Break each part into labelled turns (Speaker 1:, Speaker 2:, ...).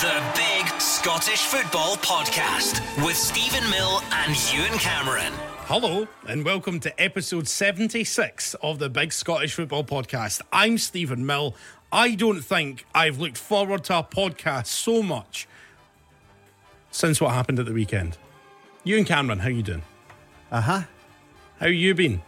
Speaker 1: The Big Scottish Football Podcast with Stephen Mill and Ewan Cameron.
Speaker 2: Hello, and welcome to episode 76 of the Big Scottish Football Podcast. I'm Stephen Mill. I don't think I've looked forward to a podcast so much since what happened at the weekend. You and Cameron, how you doing?
Speaker 3: Uh huh.
Speaker 2: How you been?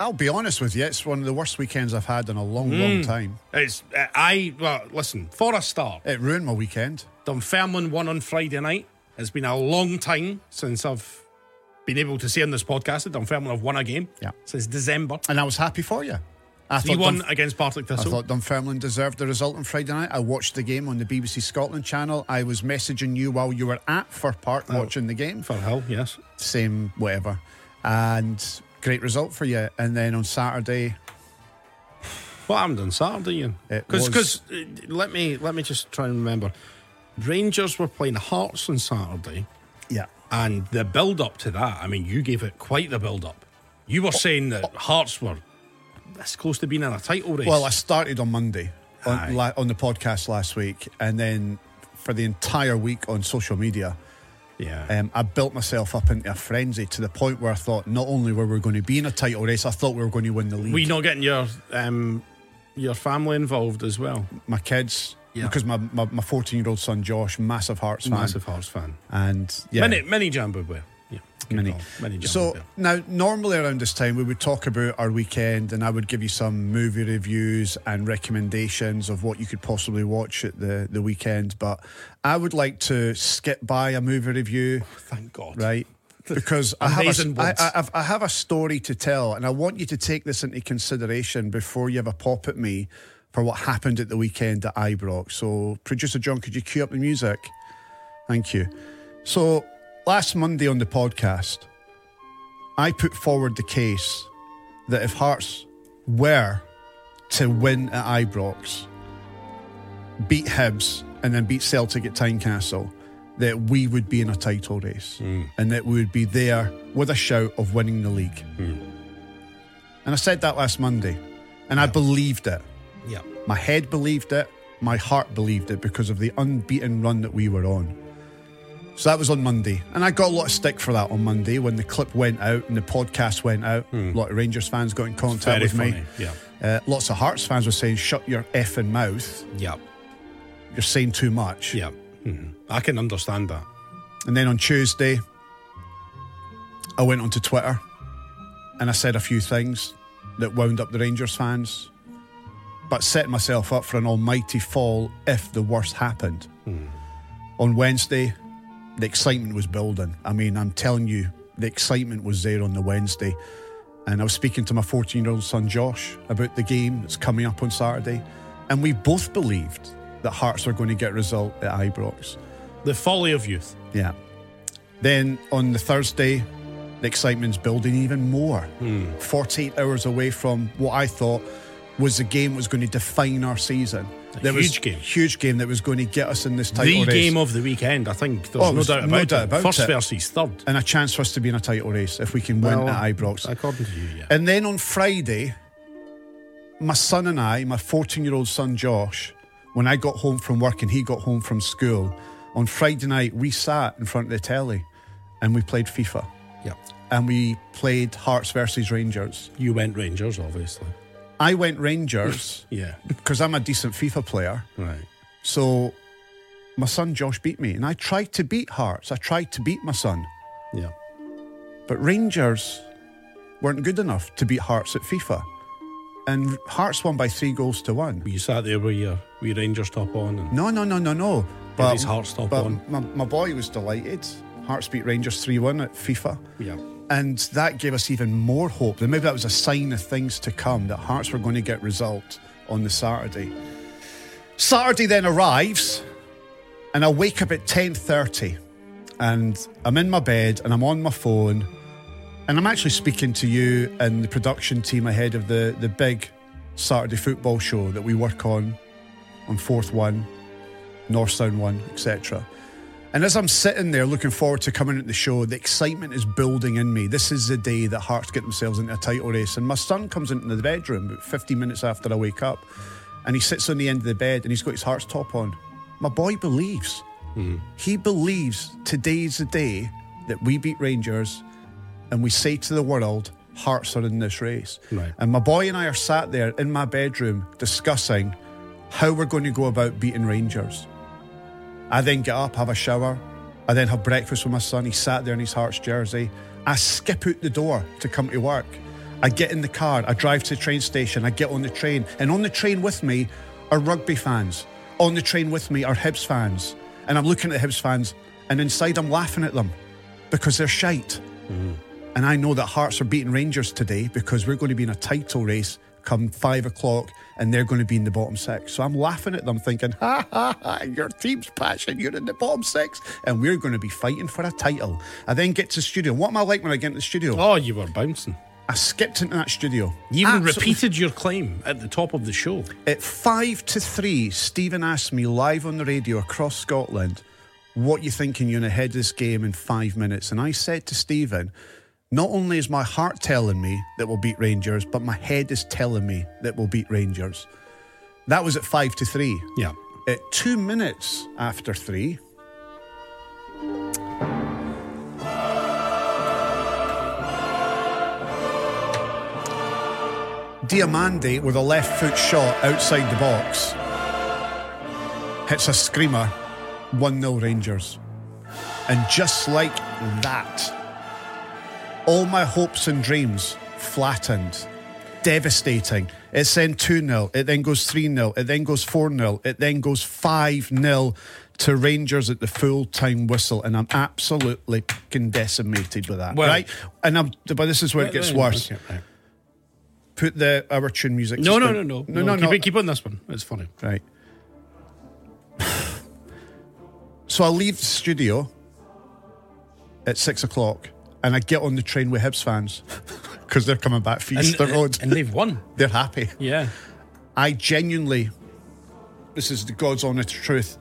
Speaker 3: I'll be honest with you, it's one of the worst weekends I've had in a long, long time.
Speaker 2: It's uh, I well listen for a start.
Speaker 3: It ruined my weekend.
Speaker 2: Dunfermline won on Friday night. It's been a long time since I've been able to say on this podcast that Dunfermline have won a game
Speaker 3: Yeah.
Speaker 2: since December.
Speaker 3: And I was happy for you. I
Speaker 2: Three
Speaker 3: thought,
Speaker 2: one
Speaker 3: Dunf-
Speaker 2: against Partick
Speaker 3: I
Speaker 2: Thistle.
Speaker 3: thought Dunfermline deserved the result on Friday night. I watched the game on the BBC Scotland channel. I was messaging you while you were at Fir Park watching the game.
Speaker 2: for hell, yes.
Speaker 3: Same, whatever. And great result for you. And then on Saturday,
Speaker 2: What happened on Saturday, Ian?
Speaker 3: It
Speaker 2: Because
Speaker 3: was-
Speaker 2: let me let me just try and remember. Rangers were playing Hearts on Saturday,
Speaker 3: yeah.
Speaker 2: and the build up to that. I mean, you gave it quite the build up. You were saying that Hearts were this close to being in a title race.
Speaker 3: Well, I started on Monday
Speaker 2: Aye.
Speaker 3: on, la- on the podcast last week. And then for the entire week on social media,
Speaker 2: yeah.
Speaker 3: um, I built myself up into a frenzy to the point where I thought not only were we going to be in a title race, I thought we were going to win the league.
Speaker 2: were you not getting your um, your family involved as well?
Speaker 3: my kids,
Speaker 2: Yeah.
Speaker 3: because my my- my fourteen year old son Josh, massive Hearts fan,
Speaker 2: Massive Hearts fan.
Speaker 3: and yeah,
Speaker 2: Many many jambo wear. Yeah. good
Speaker 3: many.
Speaker 2: call. Many jambo
Speaker 3: So
Speaker 2: wear.
Speaker 3: now, normally around this time, we would talk about our weekend, and I would give you some movie reviews and recommendations of what you could possibly watch at the the weekend. But I would like to skip by a movie review.
Speaker 2: Thank God.
Speaker 3: right? Because I have,
Speaker 2: Amazing
Speaker 3: a, I,
Speaker 2: words.
Speaker 3: I, I've- I have a story to tell, and I want you to take this into consideration before you have a pop at me for what happened at the weekend at Ibrox. So, producer John, could you cue up the music? Thank you. So, last Monday on the podcast, I put forward the case that if Hearts were to win at Ibrox, beat Hibs, and then beat Celtic at Tynecastle, that we would be in a title race
Speaker 2: Hmm.
Speaker 3: and that we would be there with a shout of winning the league.
Speaker 2: Hmm.
Speaker 3: And I said that last Monday, and I believed it.
Speaker 2: Yeah.
Speaker 3: My head believed it. My heart believed it because of the unbeaten run that we were on. So that was on Monday. And I got a lot of stick for that on Monday when the clip went out and the podcast went out. A lot of Rangers fans got in contact
Speaker 2: Hmm. Very
Speaker 3: with
Speaker 2: funny.
Speaker 3: me.
Speaker 2: Yeah.
Speaker 3: Uh, lots of Hearts fans were saying, shut your effing mouth.
Speaker 2: Yeah.
Speaker 3: You're saying too much.
Speaker 2: Yeah. Mhm. I can understand that.
Speaker 3: And then on Tuesday, I went onto Twitter and I said a few things that wound up the Rangers fans, but set myself up for an almighty fall if the worst happened. On Wednesday, the excitement was building. I mean, I'm telling you, the excitement was there on the Wednesday. And I was speaking to my 14 year old son Josh about the game that's coming up on Saturday. And we both believed that Hearts are going to get a result at Ibrox.
Speaker 2: The folly of youth.
Speaker 3: Yeah. Then on the Thursday, the excitement's building even more.
Speaker 2: Hmm.
Speaker 3: 48 hours away from what I thought was the game that was going to define our season.
Speaker 2: A
Speaker 3: There was
Speaker 2: huge game.
Speaker 3: Huge game that was going to get us in this title
Speaker 2: the
Speaker 3: race.
Speaker 2: game of the weekend. I think there's
Speaker 3: Oh,
Speaker 2: no
Speaker 3: there's
Speaker 2: doubt about
Speaker 3: no
Speaker 2: it.
Speaker 3: doubt about
Speaker 2: First
Speaker 3: it.
Speaker 2: versus third.
Speaker 3: and a chance for us to be in a title race if we can win at Ibrox.
Speaker 2: according to you, yeah.
Speaker 3: And then on Friday, my son and I, my 14 year old son Josh, when I got home from work and he got home from school, on Friday night, we sat in front of the telly and we played FIFA
Speaker 2: yeah.
Speaker 3: and we played Hearts versus Rangers.
Speaker 2: You went Rangers, obviously.
Speaker 3: I went Rangers
Speaker 2: Yeah,
Speaker 3: because I'm a decent FIFA player.
Speaker 2: right.
Speaker 3: So my son Josh beat me and I tried to beat Hearts. I tried to beat my son,
Speaker 2: Yeah,
Speaker 3: but Rangers weren't good enough to beat Hearts at FIFA. And Hearts won by three goals to one.
Speaker 2: but you sat there with your wee Rangers top on, and
Speaker 3: No, no, no, no, no.
Speaker 2: his Hearts top
Speaker 3: but
Speaker 2: on.
Speaker 3: My, my boy was delighted. Hearts beat Rangers 3 1 at FIFA.
Speaker 2: yeah,
Speaker 3: And that gave us even more hope that maybe that was a sign of things to come, that Hearts were going to get result on the Saturday. Saturday then arrives, and I wake up at 10.30, and I'm in my bed, and I'm on my phone, and I'm actually speaking to you and the production team ahead of the, the big Saturday football show that we work on, on 4th 1, North Sound 1, etc. And as I'm sitting there looking forward to coming at the show, the excitement is building in me. This is the day that Hearts get themselves into a title race. And my son comes into the bedroom about 15 minutes after I wake up and he sits on the end of the bed and he's got his Hearts top on. My boy believes. He believes today's the day that we beat Rangers and we say to the world, Hearts are in this race.
Speaker 2: Right.
Speaker 3: And my boy and I are sat there in my bedroom discussing how we're going to go about beating Rangers. I then get up, have a shower. I then have breakfast with my son. He sat there in his Hearts jersey. I skip out the door to come to work. I get in the car. I drive to the train station. I get on the train. And on the train with me are rugby fans. On the train with me are Hibs fans. And I'm looking at the Hibs fans, and inside I'm laughing at them because they're shite. And I know that Hearts are beating Rangers today because we're going to be in a title race come five o'clock and they're going to be in the bottom six. So I'm laughing at them thinking, ha ha ha, your team's passion, you're in the bottom six and we're going to be fighting for a title. I then get to the studio. What am I like when I get in the studio?
Speaker 2: Oh, you were bouncing.
Speaker 3: I skipped into that studio.
Speaker 2: You even
Speaker 3: Absolutely
Speaker 2: repeated your claim at the top of the show.
Speaker 3: at five to three, Stephen asked me live on the radio across Scotland, what you thinking you're going to head of this game in five minutes. And I said to Stephen, not only is my heart telling me that we'll beat Rangers, but my head is telling me that we'll beat Rangers. That was at five to three.
Speaker 2: Yeah.
Speaker 3: At two minutes after three, Diamande with a left foot shot outside the box hits a screamer, 1 0 Rangers. And just like that, all my hopes and dreams flattened. Devastating. It's then 2 0. It then goes 3 0. It then goes 4 0. It then goes 5 0 to Rangers at the full time whistle. And I'm absolutely fucking decimated with that.
Speaker 2: Well-
Speaker 3: right? And I'm, but this is where it gets worse
Speaker 2: Okay, right.
Speaker 3: put the our tune music.
Speaker 2: No, no,
Speaker 3: just
Speaker 2: no,
Speaker 3: in-
Speaker 2: no,
Speaker 3: no, no,
Speaker 2: Keep,
Speaker 3: no.
Speaker 2: it- keep on this one. It's funny.
Speaker 3: Right. so I leave the studio at six o'clock, and I get on the train with Hibs fans because they're coming back for Easter Road.
Speaker 2: and they've won.
Speaker 3: they're happy.
Speaker 2: Yeah.
Speaker 3: I genuinely, this is the God's honest truth.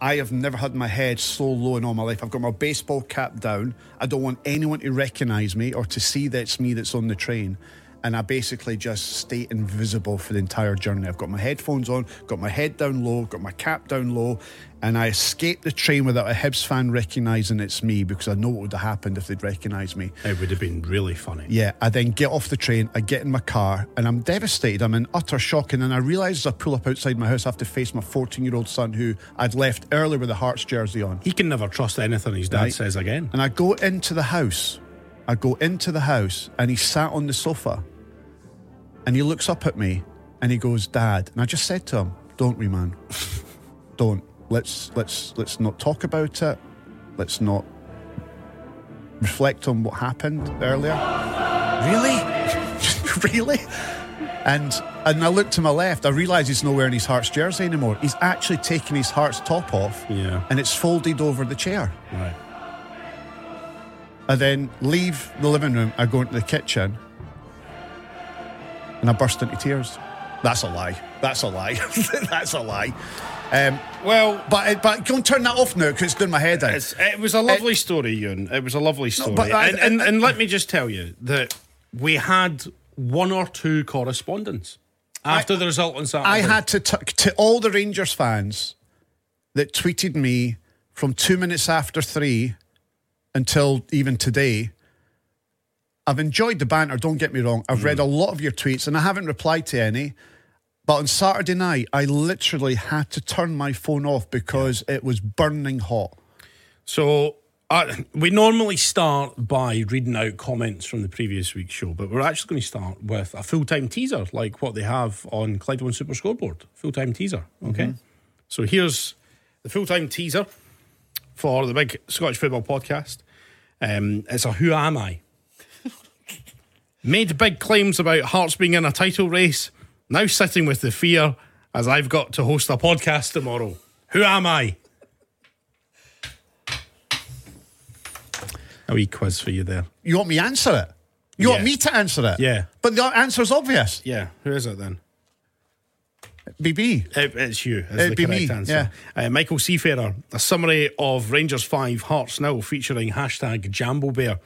Speaker 3: I have never had my head so low in all my life. I've got my baseball cap down. I don't want anyone to recognize me or to see that it's me that's on the train. And I basically just stay invisible for the entire journey. I've got my headphones on, got my head down low, got my cap down low, and I escape the train without a Hibs fan recognizing it's me because I know what would have happened if they'd recognized me.
Speaker 2: It would have been really funny.
Speaker 3: Yeah, I then get off the train, I get in my car, and I'm devastated. I'm in utter shock. And then I realise as I pull up outside my house, I have to face my 14 year old son who I'd left earlier with a Hearts jersey on.
Speaker 2: He can never trust anything his dad
Speaker 3: Right.
Speaker 2: says again.
Speaker 3: And I go into the house. I go into the house, and he sat on the sofa. And he looks up at me and he goes, Dad. And I just said to him, Don't we, man? Don't. Let's let's let's not talk about it. Let's not reflect on what happened earlier. Really? really? And and I look to my left, I realise he's not wearing his Hearts jersey anymore. He's actually taken his Hearts top off
Speaker 2: Yeah.
Speaker 3: and it's folded over the chair.
Speaker 2: Right.
Speaker 3: I then leave the living room. I go into the kitchen and I burst into tears. That's a lie. That's a lie. That's a lie. Um,
Speaker 2: Well,
Speaker 3: but but don't turn that off now because it's doing my head in.
Speaker 2: It's, it was a lovely story, Ewan. It was a lovely story.
Speaker 3: but I-
Speaker 2: and, and,
Speaker 3: I-
Speaker 2: and let me just tell you that we had one or two correspondents after the result on Saturday.
Speaker 3: I had to t- to all the Rangers fans that tweeted me from two minutes after three until even today. I've enjoyed the banter. Don't get me wrong. I've read a lot of your tweets and I haven't replied to any. But on Saturday night, I literally had to turn my phone off because it was burning hot.
Speaker 2: So uh, we normally start by reading out comments from the previous week's show, but we're actually going to start with a full time teaser, like what they have on Clyde One Super Scoreboard. Full time teaser. Okay. So here's the full time teaser for the big Scottish football podcast. Um, it's a Who Am I? Made big claims about Hearts being in a title race, now sitting with the fear as I've got to host a podcast tomorrow. Who am I? A wee quiz for you there.
Speaker 3: You want me to answer it? You want
Speaker 2: Yeah.
Speaker 3: me to answer it?
Speaker 2: Yeah.
Speaker 3: But the answer's obvious.
Speaker 2: Yeah, who is it then?
Speaker 3: BB.
Speaker 2: It, it's you. Is
Speaker 3: It'd
Speaker 2: the
Speaker 3: be
Speaker 2: correct
Speaker 3: me,
Speaker 2: answer. Uh, Michael Seafarer, a summary of Rangers 5 Hearts Now featuring hashtag Jambo Bear.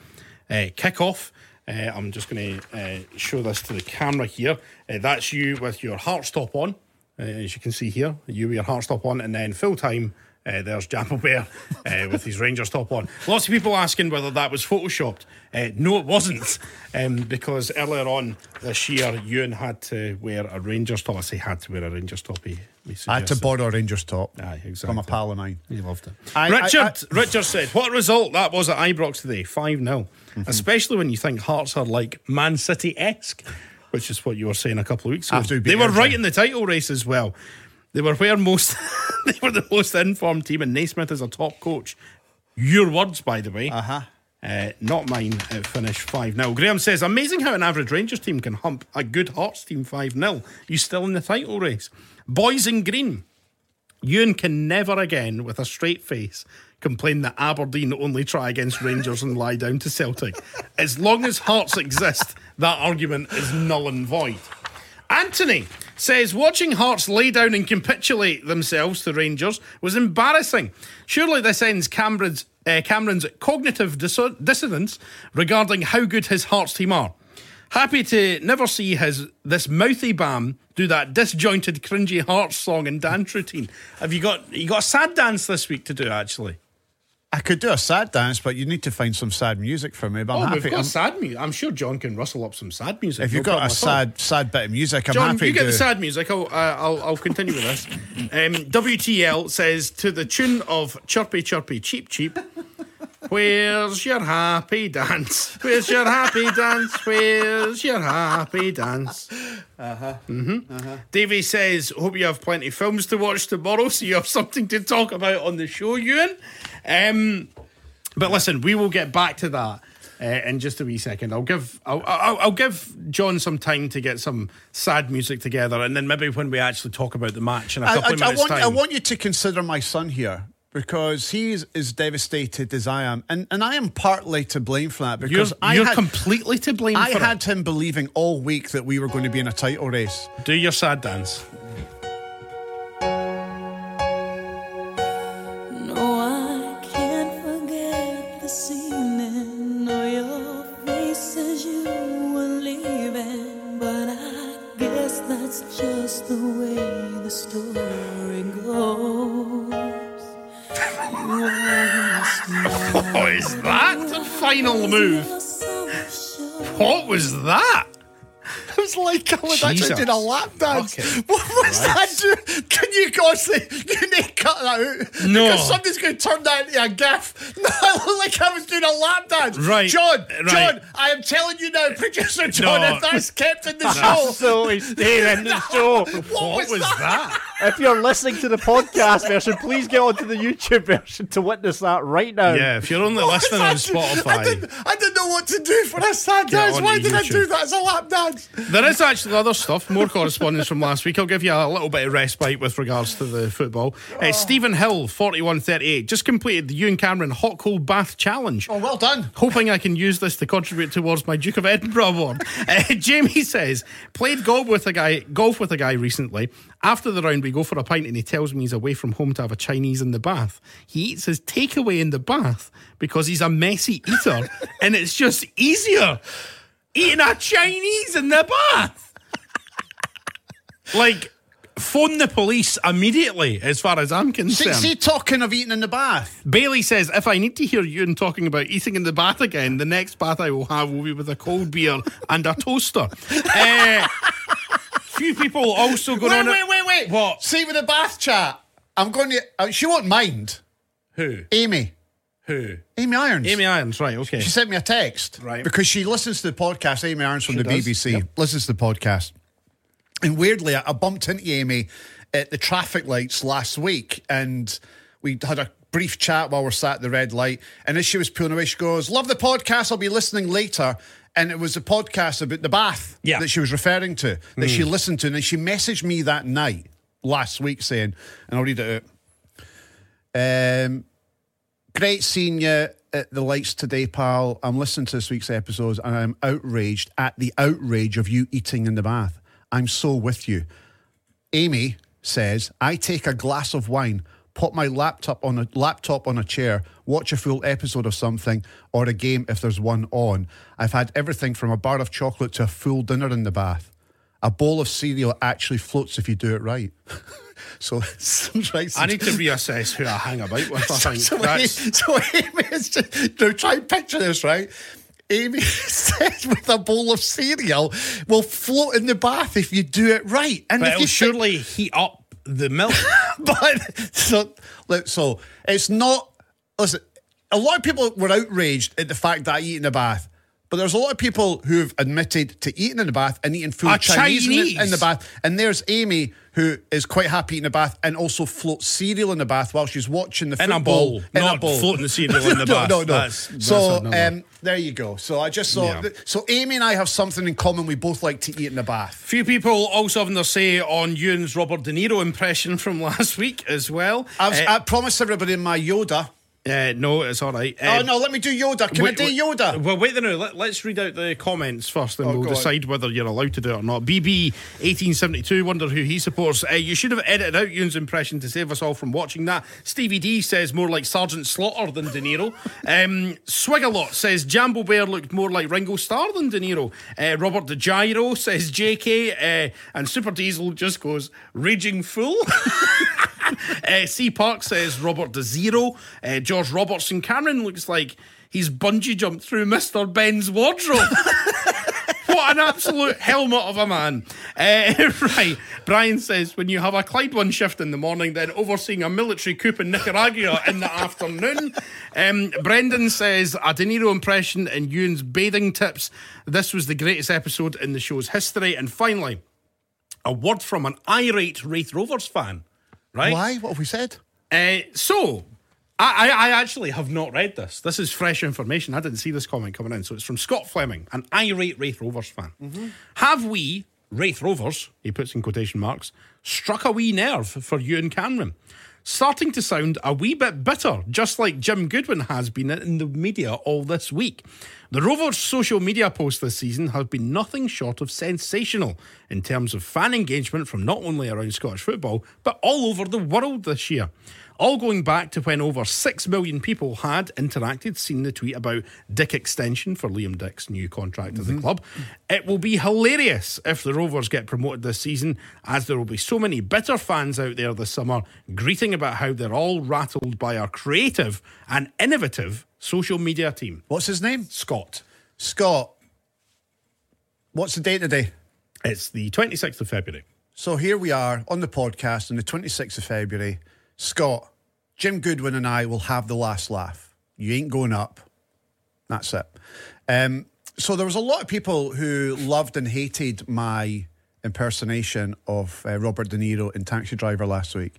Speaker 2: Uh, kickoff. Uh, I'm just going to uh, show this to the camera here. Uh, that's you with your Hearts top on. uh, as you can see here. You with your Hearts top on, and then full time. Uh, there's Jambo Bear uh, with his Rangers top on. Lots of people asking whether that was photoshopped. Uh, no, it wasn't, um, because earlier on this year, Ewan had to wear a Rangers top. I say had to wear a Rangers top. He, he
Speaker 3: I had to
Speaker 2: suggested.
Speaker 3: borrow a Rangers top
Speaker 2: Aye,
Speaker 3: from
Speaker 2: exactly.
Speaker 3: a pal of mine.
Speaker 2: He loved it.
Speaker 3: I- I-
Speaker 2: Richard,
Speaker 3: I-
Speaker 2: Richard said, "What a result that was at Ibrox today? Five 0
Speaker 3: Mm-hmm.
Speaker 2: Especially when you think Hearts are like Man City esque, which is what you were saying a couple of weeks ago.
Speaker 3: After we beat
Speaker 2: they were right
Speaker 3: Everton.
Speaker 2: in the title race as well. They were where most. they were the most informed team, and Naismith is a top coach. Your words, by the way. Uh-huh. not mine. It finished 5 0. Graham says, Amazing how an average Rangers team can hump a good Hearts team 5 0. You still in the title race. Boys in green. Ewan can never again, with a straight face, complain that Aberdeen only try against Rangers and lie down to Celtic. As long as hearts exist, that argument is null and void. Anthony says watching Hearts lay down and capitulate themselves to Rangers was embarrassing. Surely this ends Cameron's, uh, Cameron's cognitive disso- dissonance regarding how good his Hearts team are. Happy to never see his this mouthy bam do that disjointed, cringy Hearts song and dance routine. Have you got you got a sad dance this week to do? Actually,
Speaker 3: I could do a sad dance, but you need to find some sad music for me. But I'm
Speaker 2: oh,
Speaker 3: happy.
Speaker 2: we've got
Speaker 3: I'm-
Speaker 2: sad music. I'm sure John can rustle up some sad music.
Speaker 3: if
Speaker 2: no
Speaker 3: you've got
Speaker 2: problem
Speaker 3: a
Speaker 2: at all.
Speaker 3: sad, sad bit of music, I'm
Speaker 2: John,
Speaker 3: happy
Speaker 2: you
Speaker 3: to
Speaker 2: get
Speaker 3: do
Speaker 2: the
Speaker 3: it.
Speaker 2: sad music. I'll, uh, I'll, I'll continue with this. Um, WTL says to the tune of Chirpy Chirpy Cheep Cheep. Where's your happy dance? Where's your happy dance? Where's your happy dance? Uh huh. Mm-hmm. Davey says, Hope you have plenty of films to watch tomorrow so you have something to talk about on the show, Ewan. Um, but listen, we will get back to that uh, in just a wee second. I'll give I'll, I'll, I'll give John some time to get some sad music together, and then maybe when we actually talk about the match in a
Speaker 3: I,
Speaker 2: couple
Speaker 3: I-
Speaker 2: of
Speaker 3: I
Speaker 2: minutes
Speaker 3: want,
Speaker 2: time.
Speaker 3: I want you to consider my son here because he's as devastated as I am, and and I am partly to blame for that
Speaker 2: you're
Speaker 3: because I
Speaker 2: you're
Speaker 3: had,
Speaker 2: completely to blame.
Speaker 3: I
Speaker 2: for it.
Speaker 3: had him believing all week that we were going to be in a title race.
Speaker 2: do your sad dance.
Speaker 4: No, I can't forget this evening or your face as you were leaving. But I guess that's just the way the story goes. You always know
Speaker 2: Oh, is that the final move?
Speaker 4: you're so sure.
Speaker 2: What was that?
Speaker 3: It was like I was
Speaker 2: Jesus.
Speaker 3: actually doing a lap dance.
Speaker 2: Fucking
Speaker 3: What was that? Do? Can you God say you need to cut that out?
Speaker 2: No.
Speaker 3: Because somebody's going to turn that into a gif. No, it looked like I was doing a lap dance.
Speaker 2: Right,
Speaker 3: John,
Speaker 2: right.
Speaker 3: John, I am telling you now, producer John,
Speaker 2: No.
Speaker 3: if that's kept in the show.
Speaker 5: Absolutely staying in the show.
Speaker 3: What was that?
Speaker 5: If you're listening to the podcast version, please get onto the YouTube version to witness that right now.
Speaker 2: Yeah, if you're only
Speaker 3: What was
Speaker 2: listening on
Speaker 3: that? I
Speaker 2: Spotify.
Speaker 3: didn't, I didn't know what to do for a sad dance.
Speaker 2: onto
Speaker 3: Why did I
Speaker 2: YouTube.
Speaker 3: do that as a lap dance?
Speaker 2: There is actually other stuff, more correspondence from last week. I'll give you a little bit of respite with regards to the football. Uh, Stephen Hill, 4138, just completed the Ewan Cameron Hot Cold Bath Challenge.
Speaker 3: Oh, well done.
Speaker 2: Hoping I can use this to contribute towards my Duke of Edinburgh award. Uh, Jamie says, played golf with a guy golf with a guy recently. After the round, we go for a pint and he tells me he's away from home to have a Chinese in the bath. He eats his takeaway in the bath because he's a messy eater and it's just easier eating a Chinese in the bath. like, phone the police immediately, as far as I'm
Speaker 3: See,
Speaker 2: concerned.
Speaker 3: see, talking of eating in the bath.
Speaker 2: Bailey says, if I need to hear Ewan talking about eating in the bath again, the next bath I will have will be with a cold beer and a toaster. Eh, few people also going
Speaker 3: Wait,
Speaker 2: on.
Speaker 3: wait, wait, wait.
Speaker 2: What?
Speaker 3: See with the bath chat. I'm going to. uh, she won't mind.
Speaker 2: Who?
Speaker 3: Amy.
Speaker 2: Who?
Speaker 3: Amy Irons.
Speaker 2: Amy Irons, right, okay.
Speaker 3: She sent me a text.
Speaker 2: Right.
Speaker 3: Because she listens to the podcast. Amy Irons from the
Speaker 2: does,
Speaker 3: BBC
Speaker 2: yep.
Speaker 3: listens to the podcast. And weirdly, I I bumped into Amy at the traffic lights last week and we had a brief chat while we're sat at the red light. And as she was pulling away, she goes, Love the podcast. I'll be listening later. And it was the podcast about the bath
Speaker 2: Yeah. Mm.
Speaker 3: that she was referring to, that she listened to. And then she messaged me that night last week saying, and I'll read it out. Um, great seeing you at the lights today, pal. I'm listening to this week's episodes and I'm outraged at the outrage of you eating in the bath. I'm so with you. Amy says, I take a glass of wine, put my laptop on a laptop on a chair, watch a full episode of something or a game if there's one on. I've had everything from a bar of chocolate to a full dinner in the bath. a bowl of cereal actually floats if you do it right. so sometimes
Speaker 2: I need to reassess who I hang about with. I
Speaker 3: so,
Speaker 2: think
Speaker 3: so Amy,
Speaker 2: that's,
Speaker 3: so Amy is just now try and picture this, right? Amy says with a bowl of cereal will float in the bath if you do it right. And
Speaker 2: but
Speaker 3: if
Speaker 2: it'll
Speaker 3: you think-
Speaker 2: surely heat up the milk.
Speaker 3: but so, look, so it's not. Listen, a lot of people were outraged at the fact that I eat in the bath, but there's a lot of people who have admitted to eating in the bath and eating food
Speaker 2: Ah,
Speaker 3: Chinese, in the- In, the
Speaker 2: Chinese.
Speaker 3: bath. And there's Amy who is quite happy eating the bath and also floats cereal in the bath while she's watching the
Speaker 2: In a
Speaker 3: football
Speaker 2: bowl, not floating the cereal in the
Speaker 3: no,
Speaker 2: bath.
Speaker 3: No, no,
Speaker 2: That's- that's
Speaker 3: so
Speaker 2: another.
Speaker 3: um, there you go. So I just saw.
Speaker 2: Yeah.
Speaker 3: th- So Amy and I have something in common. We both like to eat in the bath.
Speaker 2: Few people also having their say on Ewan's Robert De Niro impression from last week as well.
Speaker 3: I've,
Speaker 2: Uh,
Speaker 3: I promised everybody my Yoda.
Speaker 2: uh, no, it's all right.
Speaker 3: Oh
Speaker 2: Um,
Speaker 3: no, let me do Yoda. Can
Speaker 2: Wait,
Speaker 3: I
Speaker 2: wait-
Speaker 3: do Yoda?
Speaker 2: Well, wait a minute. Let, us read out the comments first, and
Speaker 3: Oh,
Speaker 2: we'll
Speaker 3: go on.
Speaker 2: decide whether you're allowed to do it or not. BB eighteen seventy two. Wonder who he supports. Uh, you should have edited out Yoon's impression to save us all from watching that. Stevie D says more like Sergeant Slaughter than De Niro. um, Swigalot says Jambo Bear looked more like Ringo Starr than De Niro. Uh, Robert De Gyro says J.K. Uh, and Super Diesel just goes raging fool. Uh, C Park says Robert De Zero. Uh, George Robertson Cameron looks like he's bungee jumped through Mr. Ben's wardrobe. What an absolute helmet of a man. Uh, right. Brian says when you have a Clyde one shift in the morning, then overseeing a military coup in Nicaragua in the afternoon. Um, Brendan says a De Niro impression and Ewan's bathing tips. This was the greatest episode in the show's history. And finally, a word from an irate Wraith Rovers fan. Right?
Speaker 3: Why? What have we said?
Speaker 2: Uh, so, I, I, I actually have not read this. This is fresh information. I didn't see this comment coming in. So it's from Scott Fleming, an irate Wraith Rovers fan. Have we, Wraith Rovers, he puts in quotation marks, struck a wee nerve for Ewan Cameron? Starting to sound a wee bit bitter, just like Jim Goodwin has been in the media all this week. The Rovers' social media posts this season have been nothing short of sensational in terms of fan engagement from not only around Scottish football, but all over the world this year all going back to when over 6 million people had interacted, seen the tweet about Dick extension for Liam Dick's new contract at the club. It will be hilarious if the Rovers get promoted this season, as there will be so many bitter fans out there this summer greeting about how they're all rattled by our creative and innovative social media team.
Speaker 3: What's his name?
Speaker 2: Scott,
Speaker 3: Scott. What's the date today?
Speaker 2: it's the 26th of February.
Speaker 3: So here we are on the podcast on the 26th of February. Scott, Jim Goodwin, and I will have the last laugh. You ain't going up. That's it. Um, so there was a lot of people who loved and hated my impersonation of uh, Robert De Niro in Taxi Driver last week,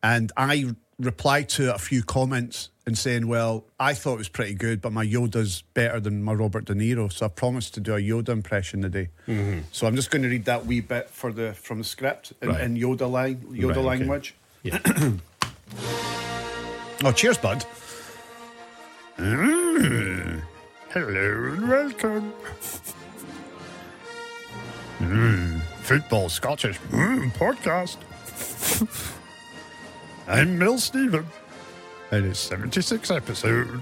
Speaker 3: and I replied to a few comments and saying, "Well, I thought it was pretty good, but my Yoda's better than my Robert De Niro." So I promised to do a Yoda impression today. So I'm just going to read that wee bit for the from the script in,
Speaker 2: Mm-hmm. Right.
Speaker 3: in Yoda line, Yoda
Speaker 2: Right, okay.
Speaker 3: language.
Speaker 2: Yeah.
Speaker 3: Oh, cheers, bud.
Speaker 6: Mm. Hello and welcome. Mm, football Scottish mm, podcast. I'm Mill Stephen. It is 76 episode.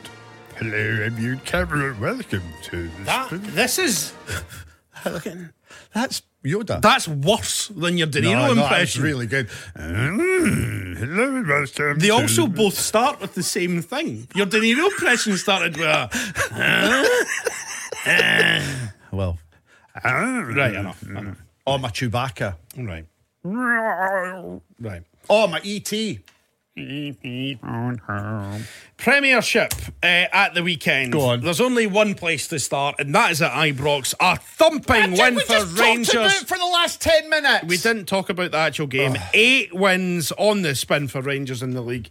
Speaker 6: Hello, I'm you, Cameron. Welcome to this.
Speaker 2: That, this is
Speaker 3: That's Yoda.
Speaker 2: that's worse than your De
Speaker 3: No,
Speaker 2: Niro
Speaker 3: no, that's
Speaker 2: impression.
Speaker 3: really good.
Speaker 6: Mm, hello and welcome.
Speaker 2: They
Speaker 6: to-
Speaker 2: also both start with the same thing. Your De Niro impression started with a,
Speaker 3: Well,
Speaker 6: Ah,
Speaker 2: right enough, enough.
Speaker 3: oh my Chewbacca.
Speaker 2: Right, right.
Speaker 3: Oh my ET.
Speaker 2: Premiership uh, at the weekend.
Speaker 3: Go on.
Speaker 2: There's only one place to start, and that is at Ibrox. A thumping
Speaker 3: Didn't
Speaker 2: win
Speaker 3: we
Speaker 2: for
Speaker 3: just talked about
Speaker 2: Rangers.
Speaker 3: it for the last ten minutes.
Speaker 2: We didn't talk about the actual game. Eight wins on the spin for Rangers in the league.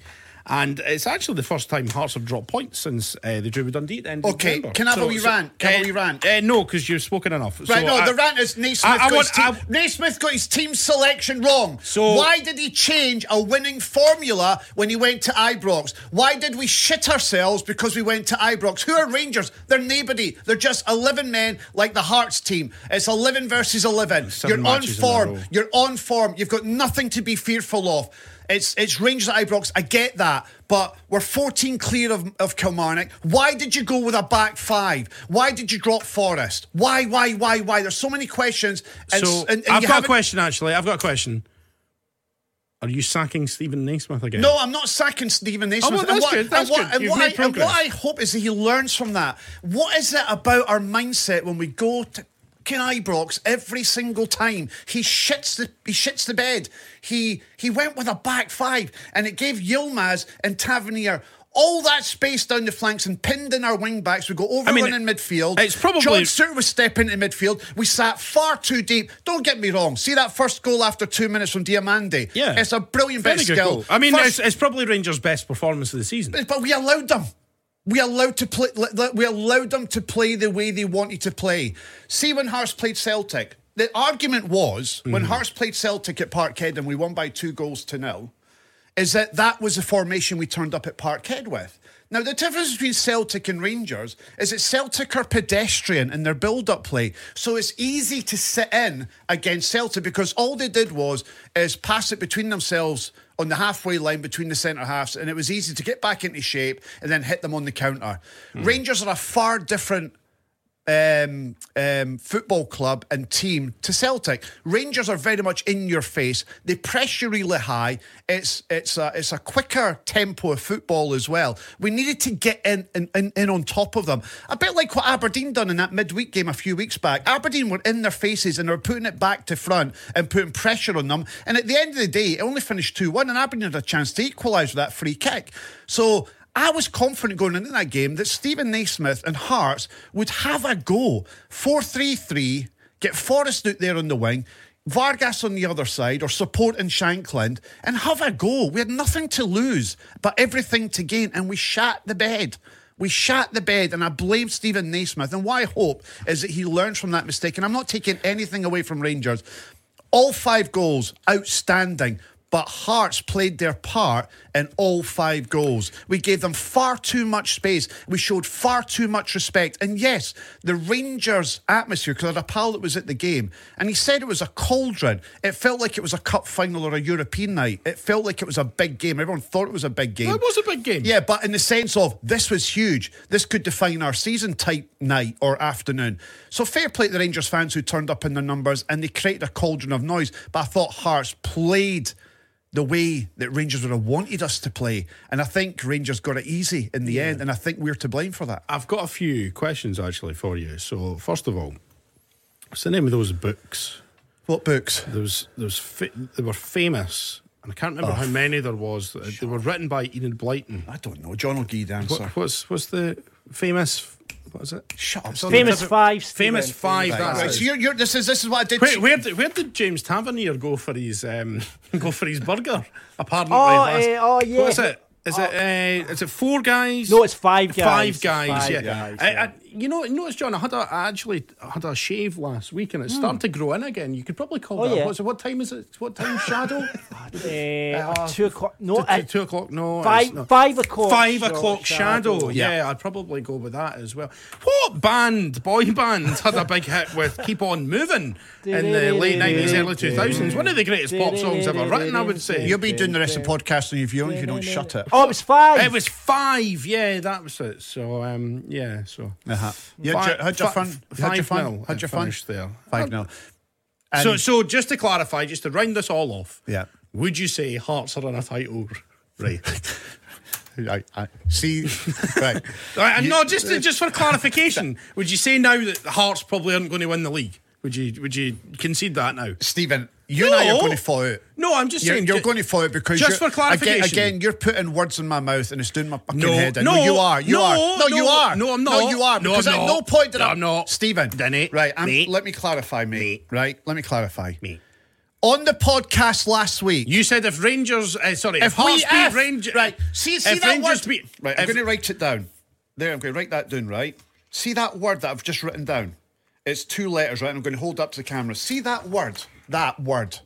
Speaker 2: And it's actually the first time Hearts have dropped points since uh, they drew with Dundee at the end of
Speaker 3: Okay,
Speaker 2: December.
Speaker 3: can I have a wee rant? Can I have a
Speaker 2: uh,
Speaker 3: wee rant?
Speaker 2: Uh, no, because you've spoken enough.
Speaker 3: Right,
Speaker 2: So
Speaker 3: no,
Speaker 2: I-
Speaker 3: the rant is Naismith,
Speaker 2: I- I
Speaker 3: got
Speaker 2: want-
Speaker 3: his team,
Speaker 2: I-
Speaker 3: Naismith got his team selection wrong.
Speaker 2: So-
Speaker 3: why did he change a winning formula when he went to Ibrox? Why did we shit ourselves because we went to Ibrox? Who are Rangers? They're nobody. They're just eleven men like the Hearts team. It's eleven versus eleven.
Speaker 2: Seven
Speaker 3: You're on
Speaker 2: matches in a
Speaker 3: form.
Speaker 2: row.
Speaker 3: You're on form. You've got nothing to be fearful of. It's it's Rangers at Ibrox. I get that, but we're 14 clear of, of Kilmarnock. Why did you go with a back five? Why did you drop Forest? Why, why, why, why? There's so many questions. And,
Speaker 2: So
Speaker 3: s- and- and
Speaker 2: I've
Speaker 3: you
Speaker 2: got a
Speaker 3: haven't-
Speaker 2: question. Actually, I've got a question. Are you sacking Stephen Naismith again?
Speaker 3: No, I'm not sacking Stephen Naismith.
Speaker 2: Oh, well,
Speaker 3: And
Speaker 2: that's
Speaker 3: what-
Speaker 2: good, that's
Speaker 3: and what-
Speaker 2: good.
Speaker 3: and
Speaker 2: You've
Speaker 3: what
Speaker 2: made
Speaker 3: I- and
Speaker 2: progress.
Speaker 3: what I hope is that he learns from that. What is it about our mindset when we go to Ken Ibrox every single time? He shits the he shits the bed. He he went with a back five, and it gave Yilmaz and Tavernier. All that space down the flanks and pinned in our wing backs. We got Overrun
Speaker 2: mean,
Speaker 3: in midfield.
Speaker 2: it's probably-
Speaker 3: John Stewart was stepping into midfield. We sat far too deep. Don't get me wrong. See that first goal after two minutes from Diamande?
Speaker 2: Yeah.
Speaker 3: It's a brilliant bit
Speaker 2: Very
Speaker 3: of
Speaker 2: good
Speaker 3: skill.
Speaker 2: goal. I mean, it's,
Speaker 3: First-
Speaker 2: it's probably Rangers' best performance of the season.
Speaker 3: but, but we allowed them. We allowed to play. le- le- We allowed them to play the way they wanted to play. See when Hearts played Celtic. The argument was when
Speaker 2: Mm.
Speaker 3: Hearts played Celtic at Parkhead and we won by two goals to nil, is that that was the formation we turned up at Parkhead with. Now the difference between Celtic and Rangers is that Celtic are pedestrian in their build-up play, so it's easy to sit in against Celtic because all they did was is pass it between themselves on the halfway line between the centre halves, and it was easy to get back into shape and then hit them on the counter. Rangers are a far different um, um, football club and team to Celtic. Rangers are very much in your face. They press you really high. It's it's a it's a quicker tempo of football as well. We needed to get in in, in, in on top of them. A bit like what Aberdeen done in that midweek game a few weeks back. Aberdeen were in their faces and they were putting it back to front and putting pressure on them. And at the end of the day, it only finished two one, and Aberdeen had a chance to equalise with that free kick. So I was confident going into that game that Stephen Naismith and Hearts would have a go. 4 3 3, get Forrest out there on the wing, Vargas on the other side, or support in Shankland, and have a go. We had nothing to lose, but everything to gain, and we shat the bed. We shat the bed, and I blame Stephen Naismith. And what I hope is that he learns from that mistake. And I'm not taking anything away from Rangers. All five goals, outstanding. But Hearts played their part in all five goals. We gave them far too much space. We showed far too much respect. And yes, the Rangers atmosphere, because I had a pal that was at the game, and he said it was a cauldron. It felt like it was a cup final or a European night. It felt like it was a big game. Everyone thought it was a big game.
Speaker 2: It was a big game.
Speaker 3: Yeah, but in the sense of this was huge. This could define our season type night or afternoon. So fair play to the Rangers fans who turned up in their numbers and they created a cauldron of noise. But I thought Hearts played the way that Rangers would have wanted us to play. And I think Rangers got it easy in the end. And I think we're to blame for that.
Speaker 2: I've got a few questions actually for you. So first of all, what's the name of those books?
Speaker 3: What books?
Speaker 2: There was, there was fa- they were famous, and I can't remember how many there was. Uh, They were written by Enid Blyton.
Speaker 3: I don't know. John O'Geed
Speaker 2: What,
Speaker 3: answer.
Speaker 2: what's what's the famous? What is it?
Speaker 3: Shut up.
Speaker 2: It's on the
Speaker 5: Famous
Speaker 2: tip of-
Speaker 5: five. Stephen.
Speaker 2: Famous five. That's
Speaker 3: Right,
Speaker 2: it.
Speaker 3: so you're, you're, this is this is what I did.
Speaker 2: Wait, where did, where did James Tavernier go for his um, go for his burger? Apparently,
Speaker 5: Oh,
Speaker 2: last,
Speaker 5: eh, oh, yeah. Oh.
Speaker 2: What is it? Is it uh, is it four guys?
Speaker 5: No, it's five guys.
Speaker 2: Five guys.
Speaker 5: Five
Speaker 2: yeah.
Speaker 5: guys,
Speaker 2: I-
Speaker 5: yeah.
Speaker 2: I- you know, you notice, John. I had a, I actually had a shave last week, and it's starting to grow in again. You could probably call
Speaker 5: Hmm. Oh,
Speaker 2: that.
Speaker 5: yeah.
Speaker 2: What's it, what time is it? What time? Shadow.
Speaker 5: Eh,
Speaker 2: Uh,
Speaker 5: two o'clock. No,
Speaker 2: two, two-
Speaker 5: eh,
Speaker 2: two o'clock. No, it's
Speaker 5: five,
Speaker 2: not.
Speaker 5: five o'clock.
Speaker 2: Five
Speaker 5: shot-
Speaker 2: o'clock shadow. Yeah. I'd probably go with that as well. What band, boy band, had a big hit with "Keep On Moving" in the late nineties, early two thousands? One of the greatest pop songs ever written, I would say.
Speaker 3: You'll be doing the rest of the podcast on your viewing if you don't shut it.
Speaker 5: Oh, it was five.
Speaker 2: It was five. Yeah, that was it. So, um, yeah. So,
Speaker 3: Uh-huh. You had your- had your
Speaker 2: fi-
Speaker 3: fun?
Speaker 2: f-
Speaker 3: Had your
Speaker 2: Five
Speaker 3: fun?
Speaker 2: nil.
Speaker 3: Had
Speaker 2: it
Speaker 3: your fun?
Speaker 2: finished there. Um,
Speaker 3: Five now.
Speaker 2: So, so just to clarify, just to round this all off,
Speaker 3: Yeah.
Speaker 2: Would you say Hearts are in a title?
Speaker 3: Right. I, I, see, right.
Speaker 2: Right, and no, just
Speaker 3: uh,
Speaker 2: just for clarification, would you say now that the Hearts probably aren't going to win the league? Would you would you concede that now?
Speaker 3: Stephen, you and I
Speaker 2: No.
Speaker 3: are going to fall out.
Speaker 2: No, I'm just
Speaker 3: You're,
Speaker 2: saying
Speaker 3: you're
Speaker 2: ju-
Speaker 3: going to fall out because
Speaker 2: just
Speaker 3: you're,
Speaker 2: for clarification.
Speaker 3: Again, again, you're putting words in my mouth and it's doing my fucking
Speaker 2: No,
Speaker 3: head. in.
Speaker 2: no,
Speaker 3: you are. You
Speaker 2: no,
Speaker 3: are. No, you
Speaker 2: no,
Speaker 3: are.
Speaker 2: no, I'm
Speaker 3: No,
Speaker 2: not.
Speaker 3: you are.
Speaker 2: No,
Speaker 3: because
Speaker 2: I'm not.
Speaker 3: at no point did
Speaker 2: No,
Speaker 3: I.
Speaker 2: I'm not.
Speaker 3: Stephen.
Speaker 2: Danny,
Speaker 3: Right. I'm,
Speaker 2: me.
Speaker 3: Let me clarify, mate.
Speaker 2: Me.
Speaker 3: Right. Let me clarify.
Speaker 2: Me.
Speaker 3: On the podcast last week,
Speaker 2: You said if Rangers, uh, sorry, if,
Speaker 3: if we
Speaker 2: Hearts beat
Speaker 3: if,
Speaker 2: Rangers,
Speaker 3: right, see, see
Speaker 2: if
Speaker 3: that
Speaker 2: Rangers
Speaker 3: word.
Speaker 2: beat,
Speaker 3: right, I'm
Speaker 2: if-
Speaker 3: going to write it down. There, I'm going to write that down. Right, see that word that I've just written down. It's two letters, right? I'm going to hold up to the camera. See that word. That word.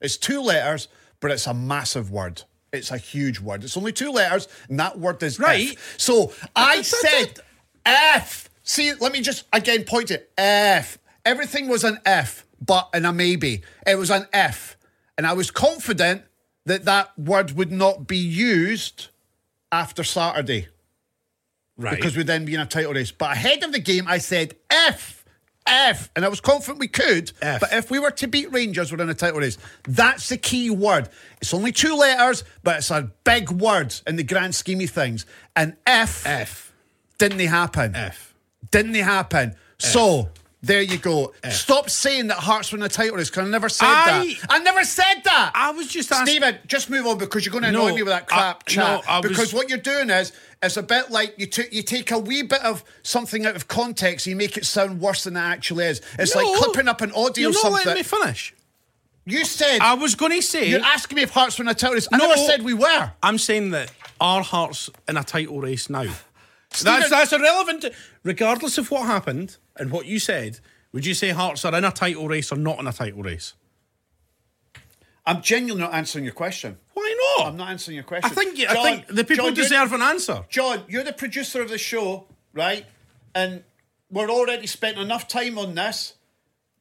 Speaker 3: It's two letters, but it's a massive word. It's a huge word. It's only two letters, and that word is
Speaker 2: Right.
Speaker 3: F. So I said F. See, let me just again point it. F. Everything was an F, but and a maybe. It was an F. And I was confident that that word would not be used after Saturday
Speaker 2: Right.
Speaker 3: because we'd then be in a title race. But ahead of the game, I said if, if, and I was confident we could.
Speaker 2: If.
Speaker 3: But if we were to beat Rangers, we're in a title race. That's the key word. It's only two letters, but it's a big word in the grand scheme of things. And if,
Speaker 2: F.
Speaker 3: didn't they happen?
Speaker 2: F.
Speaker 3: Didn't they happen? So. There you go. Stop saying that Hearts win the title race because I never said
Speaker 2: I-
Speaker 3: that. I never said that.
Speaker 2: I was just asking.
Speaker 3: Stephen, just move on because you're going to
Speaker 2: No,
Speaker 3: annoy me with that
Speaker 2: I-
Speaker 3: crap
Speaker 2: no,
Speaker 3: chat.
Speaker 2: I was-
Speaker 3: because what you're doing is, it's a bit like you took you take a wee bit of something out of context and you make it sound worse than it actually is. It's
Speaker 2: No.
Speaker 3: like clipping up an audio
Speaker 2: You're not
Speaker 3: something.
Speaker 2: letting me finish.
Speaker 3: you said
Speaker 2: I was going to say.
Speaker 3: you're asking me if Hearts were in a title race. I
Speaker 2: No.
Speaker 3: never said we were.
Speaker 2: I'm saying that our hearts in a title race now.
Speaker 3: Stephen-
Speaker 2: That's that's irrelevant. Regardless of what happened and what you said, would you say Hearts are in a title race or not in a title race?
Speaker 3: I'm genuinely not answering your question.
Speaker 2: Why not?
Speaker 3: I'm not answering your
Speaker 2: I
Speaker 3: question.
Speaker 2: think
Speaker 3: John-
Speaker 2: I think the people
Speaker 3: John, you're-
Speaker 2: deserve an answer.
Speaker 3: John, you're the producer of the show, right? And we're already spent enough time on this.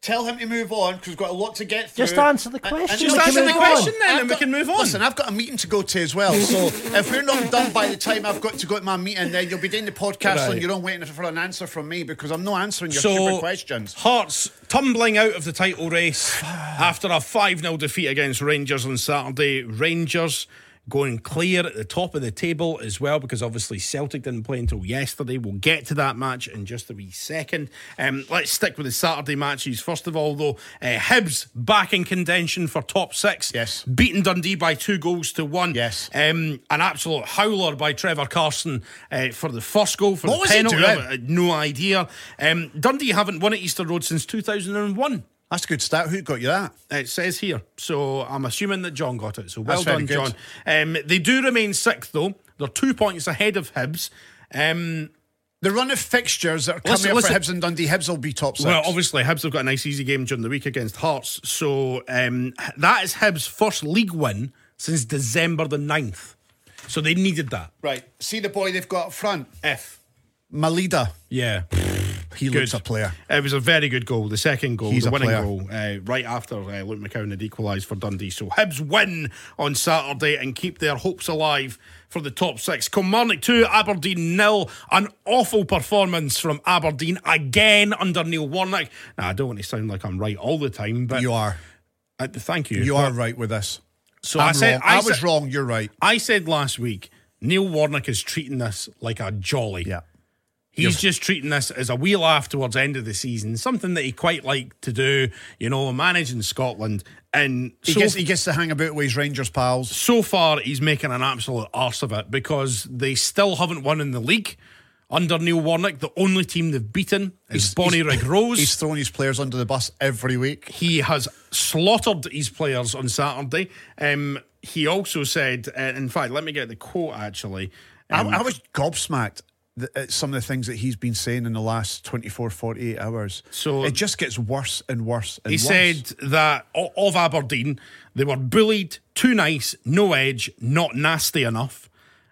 Speaker 3: Tell him to move on because we've got a lot to get through.
Speaker 5: Just answer the
Speaker 3: And- and
Speaker 5: question,
Speaker 3: we
Speaker 5: Just
Speaker 3: can
Speaker 5: answer the
Speaker 3: move
Speaker 5: question
Speaker 2: then,
Speaker 3: I've
Speaker 2: and we
Speaker 3: got-
Speaker 2: can move on.
Speaker 3: Listen, I've got a meeting to go to as well. So if we're not done by the time I've got to go to my meeting, then you'll be doing the podcast
Speaker 2: Right.
Speaker 3: and you're on waiting for an answer from me because I'm not answering your
Speaker 2: So
Speaker 3: stupid questions.
Speaker 2: Hearts tumbling out of the title race after a 5 0 defeat against Rangers on Saturday. Rangers going clear at the top of the table as well because obviously Celtic didn't play until yesterday. We'll get to that match in just a wee second. Um, let's stick with the Saturday matches. First of all, though, uh, Hibs back in contention for top six.
Speaker 3: Yes.
Speaker 2: Beaten Dundee by two goals to one.
Speaker 3: Yes.
Speaker 2: Um, an absolute howler by Trevor Carson uh, for the first goal for
Speaker 3: What
Speaker 2: the
Speaker 3: was he
Speaker 2: penalty.
Speaker 3: doing?
Speaker 2: Uh, no idea. Um, Dundee haven't won at Easter Road since 2001.
Speaker 3: That's a good stat. Who got you that?
Speaker 2: uh, It says here. So I'm assuming that John got it. So well
Speaker 3: That's
Speaker 2: done,
Speaker 3: very good.
Speaker 2: John. Um, they do remain sixth, though. They're two points ahead of Hibs. Um,
Speaker 3: The run of fixtures that are coming
Speaker 2: Listen,
Speaker 3: up
Speaker 2: listen.
Speaker 3: for Hibs and Dundee, Hibs will be top six.
Speaker 2: well, obviously, Hibs have got a nice easy game during the week against Hearts. So um, that is Hibs' first league win since December the 9th. So they needed that.
Speaker 3: right. See the boy they've got up front. Eh.
Speaker 2: F.
Speaker 3: Malida.
Speaker 2: Yeah.
Speaker 3: He
Speaker 2: Good.
Speaker 3: looks a player.
Speaker 2: It was a very good goal. The second goal,
Speaker 3: He's
Speaker 2: the
Speaker 3: a
Speaker 2: winning
Speaker 3: player.
Speaker 2: goal, uh, right after uh, Luke McCown had equalised for Dundee. So Hibs win on Saturday and keep their hopes alive for the top six. Kilmarnock 2, Aberdeen nil. An awful performance from Aberdeen again under Neil Warnock. Now, I don't want to sound like I'm right all the time, but
Speaker 3: You are.
Speaker 2: Uh, thank you.
Speaker 3: You are right with this.
Speaker 2: So
Speaker 3: I'm
Speaker 2: I said,
Speaker 3: wrong.
Speaker 2: I,
Speaker 3: I, was
Speaker 2: said-
Speaker 3: wrong. You're right.
Speaker 2: I said last week, Neil Warnock is treating this like a jolly. He's just treating this as a wee laugh towards the end of the season, something that he quite liked to do, you know, managing Scotland. And
Speaker 3: He,
Speaker 2: so,
Speaker 3: gets, he gets to hang about with his Rangers pals.
Speaker 2: so far, he's making an absolute arse of it because they still haven't won in the league under Neil Warnock. The only team they've beaten is Bonnie Rig Rose.
Speaker 3: He's throwing his players under the bus every week.
Speaker 2: He has slaughtered his players on Saturday. Um, he also said, uh, in fact, let me get the quote actually.
Speaker 3: I, I was gobsmacked th- at some of the things that he's been saying in the last 24, 48 hours.
Speaker 2: So-
Speaker 3: it just gets worse and worse and
Speaker 2: He
Speaker 3: worse.
Speaker 2: said that o- of Aberdeen, they were bullied, too nice, no edge, not nasty enough.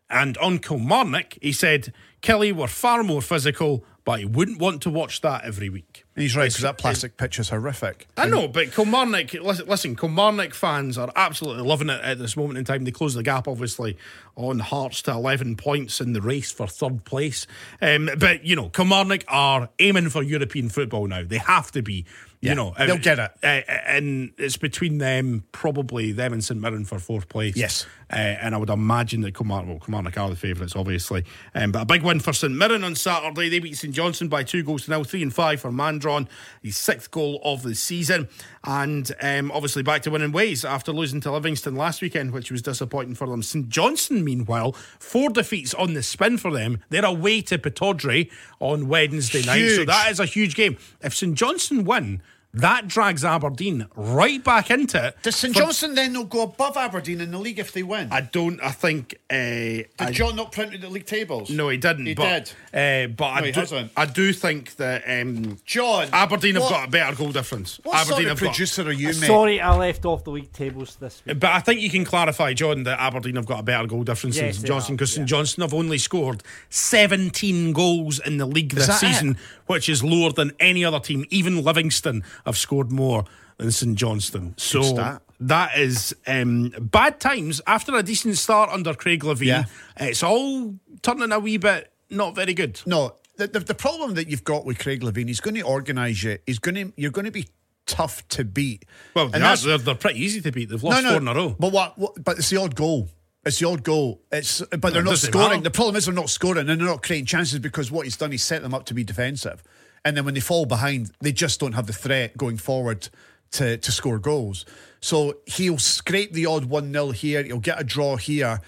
Speaker 2: And on Kilmarnock, he said Kelly were far more physical, but he wouldn't want to watch that every week.
Speaker 3: And he's right because that plastic pitch is horrific.
Speaker 2: I know, but Kilmarnock, listen, listen, Kilmarnock fans are absolutely loving it at this moment in time. They close the gap, obviously, on Hearts to 11 points in the race for third place. Um, but, you know, Kilmarnock are aiming for European football now. They have to be, you know.
Speaker 3: they'll
Speaker 2: um,
Speaker 3: get it.
Speaker 2: uh, and it's between them, probably them and St Mirren for fourth place.
Speaker 3: Yes.
Speaker 2: Uh, and I would imagine that Kilmarnock, well, Kilmarnock are the favourites, obviously. Um, but a big win for St Mirren on Saturday. They beat St Johnson by two goals to nil, three and five for Mandron, his sixth goal of the season. And um, obviously back to winning ways after losing to Livingston last weekend, which was disappointing for them. St Johnson, meanwhile, four defeats on the spin for them. They're away to Pataudry on Wednesday night. So
Speaker 3: Huge.
Speaker 2: that is a huge game. If St Johnson win, that drags Aberdeen right back into it.
Speaker 3: Does St
Speaker 2: For-
Speaker 3: Johnson then will go above Aberdeen in the league if they win?
Speaker 2: I don't. I think. Uh,
Speaker 3: Did
Speaker 2: I-
Speaker 3: John not print out the league tables?
Speaker 2: no, he didn't.
Speaker 3: He
Speaker 2: but, Uh, but
Speaker 3: No,
Speaker 2: I,
Speaker 3: he
Speaker 2: do,
Speaker 3: hasn't.
Speaker 2: I do think that um,
Speaker 3: John.
Speaker 2: Aberdeen have
Speaker 3: what-
Speaker 2: got a better goal difference.
Speaker 3: What
Speaker 2: Aberdeen
Speaker 3: sort of
Speaker 2: have got-
Speaker 3: producer are you, mate?
Speaker 5: Sorry, I left off the league tables this week.
Speaker 2: But I think you can clarify, John, that Aberdeen have got a better goal difference than
Speaker 5: Yes,
Speaker 2: St
Speaker 5: they
Speaker 2: Johnson
Speaker 5: have,
Speaker 2: because St
Speaker 5: yeah.
Speaker 2: Johnson have only scored 17 goals in the league this
Speaker 3: that it?
Speaker 2: season, which is lower than any other team. Even Livingston have scored more than St Johnston. So
Speaker 3: stat.
Speaker 2: That is um, bad times after a decent start under Craig Levine.
Speaker 7: Yeah.
Speaker 2: It's all turning a wee bit not very good.
Speaker 7: No, the, the, the problem that you've got with Craig Levine, he's going to organise you. He's going to you're going to be tough to beat.
Speaker 2: Well,
Speaker 7: And
Speaker 2: they are,
Speaker 7: that's-
Speaker 2: they're, they're pretty easy to beat. They've lost four in a row.
Speaker 7: But what, what? But it's the odd goal. It's the odd goal. It's but they're
Speaker 2: it
Speaker 7: not
Speaker 2: doesn't
Speaker 7: scoring.
Speaker 2: matter.
Speaker 7: The problem is they're not scoring and they're not creating chances because what he's done is set them up to be defensive, and then when they fall behind, they just don't have the threat going forward to to score goals. So he'll scrape the odd one 0 here. He'll get a draw here.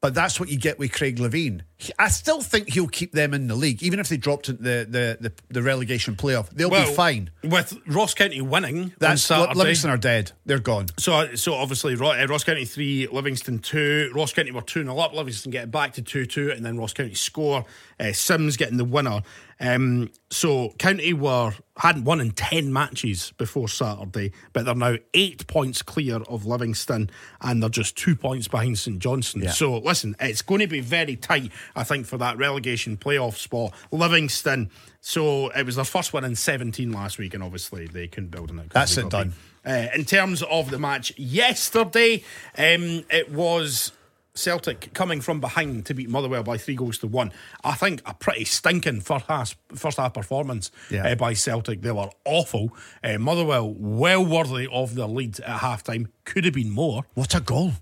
Speaker 7: But that's what you get with Craig Levine. He- I still think he'll keep them in the league, even if they dropped in the the, the, the relegation playoff. They'll be fine.
Speaker 2: With Ross County winning
Speaker 7: That's
Speaker 2: on
Speaker 7: Li-
Speaker 2: Saturday.
Speaker 7: Livingston are dead. They're gone.
Speaker 2: So, so obviously, Ro- uh, Ross County three, Livingston two. Ross County were two 0 up. Livingston get it back to two two, and then Ross County score. Uh, Sims getting the winner. Um, so County were hadn't won in ten matches before Saturday, but they're now eight points clear of Livingston, and they're just two points behind St Johnstone. So listen, it's going to be very tight, I think, for that relegation playoff spot. Livingston. So it was their first win in seventeen last week, and obviously they couldn't build on it. 'cause
Speaker 7: That's
Speaker 2: they
Speaker 7: it
Speaker 2: got
Speaker 7: done.
Speaker 2: beat. Uh, in terms of the match yesterday, um, it was Celtic coming from behind to beat Motherwell by three goals to one. I think a pretty stinking first half, first half performance
Speaker 7: Yeah.
Speaker 2: uh, by Celtic. They were awful. Uh, Motherwell well worthy of their lead at half time. Could have been more.
Speaker 7: What a goal!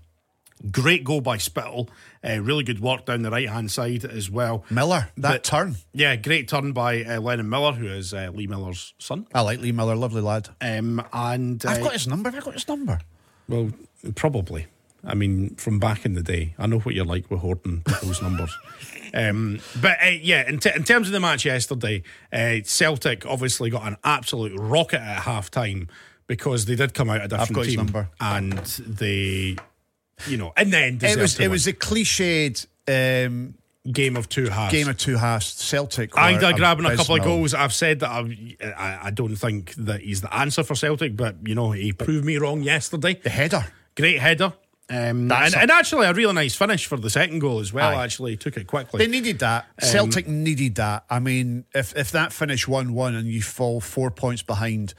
Speaker 2: Great goal by Spittle. Uh, really good work down the right hand side as well.
Speaker 7: Miller, that
Speaker 2: But-
Speaker 7: turn.
Speaker 2: Yeah, great turn by uh, Lennon Miller, who is uh, Lee Miller's son.
Speaker 7: I like Lee Miller, lovely lad.
Speaker 2: Um, and
Speaker 7: I've
Speaker 2: uh,
Speaker 7: got his number. Have I got his number?
Speaker 2: Well, probably. I mean, from back in the day, I know what you're like with hoarding those numbers. Um, but uh, yeah, in, t- in terms of the match yesterday, uh, Celtic obviously got an absolute rocket at half time because they did come out a different
Speaker 7: got his
Speaker 2: team
Speaker 7: number.
Speaker 2: and they, you know, and then
Speaker 7: It was it was a cliched um,
Speaker 2: game of two halves.
Speaker 7: game of two halves. Celtic. were
Speaker 2: Ida grabbing a couple of
Speaker 7: abysmal.
Speaker 2: goals. I've said that I, I, I don't think that he's the answer for Celtic, but you know he proved me wrong yesterday.
Speaker 7: The header.
Speaker 2: Great header. Um, and,
Speaker 7: That's a-
Speaker 2: and actually, a really nice finish for the second goal as well.
Speaker 7: Aye.
Speaker 2: Actually, took it quickly.
Speaker 7: They needed that.
Speaker 2: Um,
Speaker 7: Celtic needed that. I mean, if if that finish one one and you fall four points behind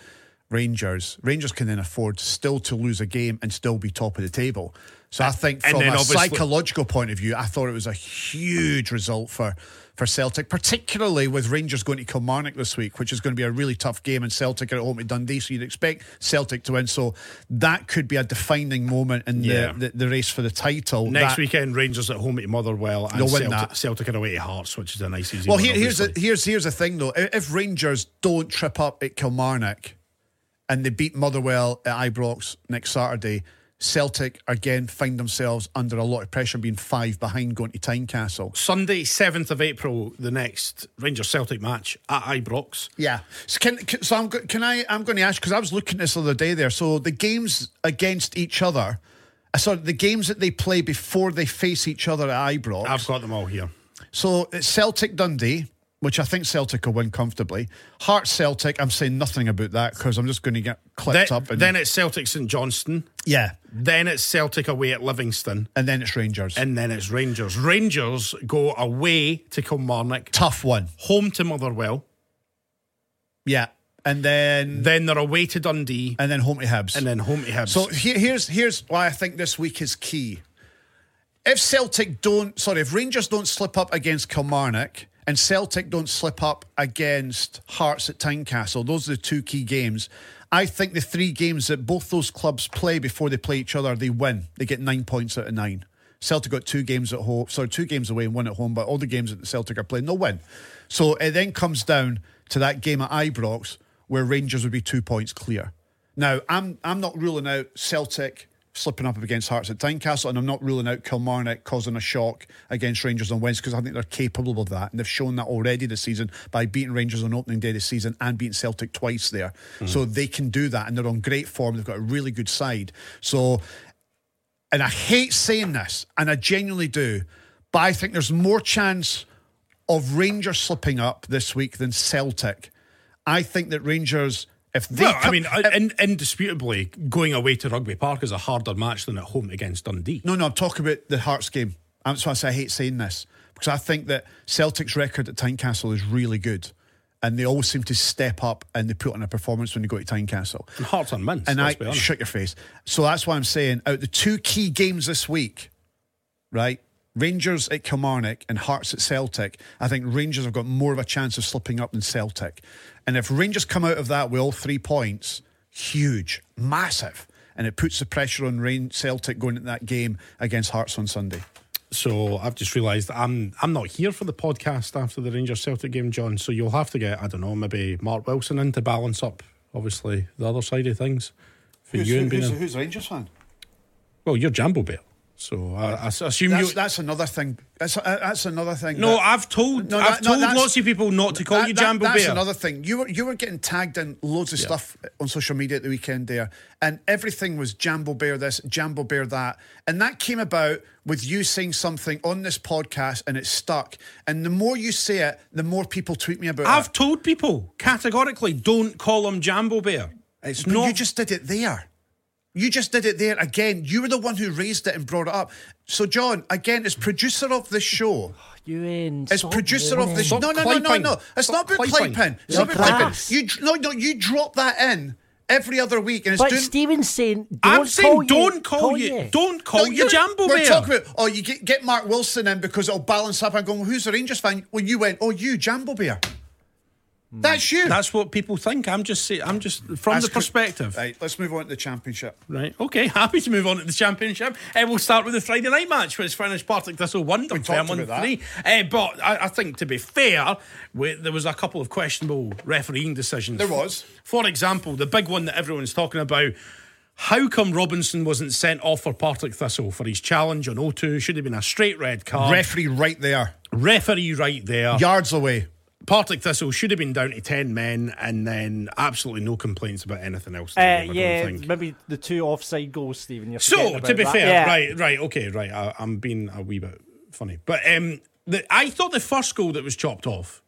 Speaker 7: Rangers, Rangers can then afford still to lose a game and still be top of the table. So I think
Speaker 2: and
Speaker 7: from
Speaker 2: then
Speaker 7: a
Speaker 2: obviously-
Speaker 7: psychological point of view, I thought it was a huge result for for Celtic, particularly with Rangers going to Kilmarnock this week, which is going to be a really tough game, and Celtic are at home to Dundee, so you'd expect Celtic to win. So that could be a defining moment in
Speaker 2: Yeah.
Speaker 7: the, the, the race for the title.
Speaker 2: Next
Speaker 7: That-
Speaker 2: weekend, Rangers at home at Motherwell, and
Speaker 7: They'll win
Speaker 2: Celtic,
Speaker 7: that.
Speaker 2: Celtic are away at Hearts, which is a nice easy.
Speaker 7: Well,
Speaker 2: one,
Speaker 7: here, here's the,
Speaker 2: obviously.
Speaker 7: here's here's the thing though. I- If Rangers don't trip up at Kilmarnock, and they beat Motherwell at Ibrox next Saturday, Celtic again find themselves under a lot of pressure, being five behind going to Tynecastle.
Speaker 2: Sunday, seventh of April, the next Rangers Celtic match at Ibrox.
Speaker 7: Yeah. So can, can so I'm go- can I I'm going to ask because I was looking at this the other day there. So the games against each other. I saw the games that they play before they face each other at Ibrox.
Speaker 2: I've got them all here.
Speaker 7: So it's Celtic Dundee, which I think Celtic will win comfortably. Hearts Celtic, I'm saying nothing about that because I'm just going to get
Speaker 2: Then,
Speaker 7: clipped up. And,
Speaker 2: then it's Celtic St Johnston.
Speaker 7: yeah,
Speaker 2: Then it's Celtic away at Livingston.
Speaker 7: and then it's Rangers.
Speaker 2: And then it's Rangers. Rangers go away to Kilmarnock,
Speaker 7: Tough one.
Speaker 2: home to Motherwell.
Speaker 7: Yeah, and then
Speaker 2: Then they're away to Dundee,
Speaker 7: and then home to Hibs.
Speaker 2: and then home to Hibs.
Speaker 7: so he- here's here's why I think this week is key. If Celtic don't, sorry, if Rangers don't slip up against Kilmarnock and Celtic don't slip up against Hearts at Tynecastle, those are the two key games. I think the three games that both those clubs play before they play each other, they win. They get nine points out of nine. Celtic got two games at home, sorry, two games away and one at home, but all the games that the Celtic are playing, they'll win. So it then comes down to that game at Ibrox where Rangers would be two points clear. Now, I'm I'm not ruling out Celtic slipping up against Hearts at Tynecastle, and I'm not ruling out Kilmarnock causing a shock against Rangers on Wednesday because I think they're capable of that, and they've shown that already this season by beating Rangers on opening day this season and beating Celtic twice there. So they can do that, and they're on great form. They've got a really good side. So, and I hate saying this, and I genuinely do, but I think there's more chance of Rangers slipping up this week than Celtic. I think that Rangers. If they
Speaker 2: well, I
Speaker 7: come-
Speaker 2: mean,
Speaker 7: if-
Speaker 2: in, indisputably, going away to Rugby Park is a harder match than at home against Dundee.
Speaker 7: No, no, I'm talking about the Hearts game. That's why I say I hate saying this because I think that Celtic's record at Tynecastle is really good. and they always seem to step up and they put on a performance when they go to Tynecastle.
Speaker 2: And Hearts on Mince.
Speaker 7: And
Speaker 2: let's
Speaker 7: I
Speaker 2: be honest.
Speaker 7: shut your face. So that's why I'm saying out the two key games this week, right? Rangers at Kilmarnock and Hearts at Celtic. I think Rangers have got more of a chance of slipping up than Celtic. And if Rangers come out of that with all three points, huge, massive. And it puts the pressure on Rain Celtic going into that game against Hearts on Sunday.
Speaker 2: So I've just realised that I'm I'm not here for the podcast after the Rangers Celtic game, John. So you'll have to get I don't know maybe Mark Wilson in to balance up obviously the other side of things for you and being in.
Speaker 7: a Rangers fan?
Speaker 2: well you're Jambo Bear, so I, I s- assume
Speaker 7: That's,
Speaker 2: you.
Speaker 7: that's another thing. That's, uh, that's another thing.
Speaker 2: no,
Speaker 7: that-
Speaker 2: I've told
Speaker 7: No,
Speaker 2: I've
Speaker 7: that- no,
Speaker 2: told
Speaker 7: that's-
Speaker 2: lots of people not to call
Speaker 7: That-
Speaker 2: you
Speaker 7: that-
Speaker 2: Jambo
Speaker 7: That's
Speaker 2: Bear.
Speaker 7: another thing. You were you were getting tagged in loads of stuff on social media at the weekend there, and everything was Jambo Bear this, Jambo Bear that, and that came about with you saying something on this podcast, and it stuck. And the more you say it, the more people tweet me about
Speaker 2: I've
Speaker 7: it.
Speaker 2: told people categorically don't call him Jambo Bear. It's
Speaker 7: But
Speaker 2: not
Speaker 7: you just did it there. You just did it there again. You were the one who raised it and brought it up. So, John, again, as producer of this show,
Speaker 1: You in?
Speaker 7: As producer of this, no,
Speaker 2: Stop
Speaker 7: no, no, no,
Speaker 2: clipping.
Speaker 7: no. It's
Speaker 2: Stop
Speaker 7: not about
Speaker 2: clipping.
Speaker 7: playpen. It's
Speaker 1: You're
Speaker 7: not about
Speaker 1: class.
Speaker 7: playpen. You dr- no, no. You drop that in every other week, and it's
Speaker 1: But
Speaker 7: doing.
Speaker 1: Steven's saying, don't
Speaker 2: I'm saying
Speaker 1: call
Speaker 2: don't
Speaker 1: you,
Speaker 2: call, you, don't
Speaker 7: No,
Speaker 2: call you
Speaker 7: you're-
Speaker 2: Jambo
Speaker 7: We're
Speaker 2: Bear.
Speaker 7: talking about oh, you get, get Mark Wilson in because it'll balance up. I'm going. Well, who's the Rangers fan? Well, you went. Oh, you Jambo Bear. That's you.
Speaker 2: That's what people think. I'm just saying. I'm just from
Speaker 7: That's
Speaker 2: the
Speaker 7: cr-
Speaker 2: perspective.
Speaker 7: Right. Let's move on to the championship.
Speaker 2: Right. Okay. Happy to move on to the championship. And we'll start with the Friday night match, which finished Partick Thistle one to
Speaker 7: We talked
Speaker 2: Fairmont
Speaker 7: about that.
Speaker 2: three. Eh, but I, I think to be fair, we, there was a couple of questionable refereeing decisions.
Speaker 7: There was.
Speaker 2: For example, the big one that everyone's talking about. How come Robinson wasn't sent off for Partick Thistle for his challenge on O2? Should have been a straight red card.
Speaker 7: Referee right there,
Speaker 2: Referee right there.
Speaker 7: yards away.
Speaker 2: Partick Thistle should have been down to 10 men and then absolutely no complaints about anything else. in the
Speaker 8: Uh,
Speaker 2: game, I don't
Speaker 8: yeah,
Speaker 2: think.
Speaker 8: maybe the two offside goals, Stephen. You're
Speaker 2: So
Speaker 8: forgetting
Speaker 2: to
Speaker 8: about
Speaker 2: be
Speaker 8: that.
Speaker 2: fair,
Speaker 8: Yeah.
Speaker 2: right, right, okay, right. I, I'm being a wee bit funny, but um, the, I thought the first goal that was chopped off,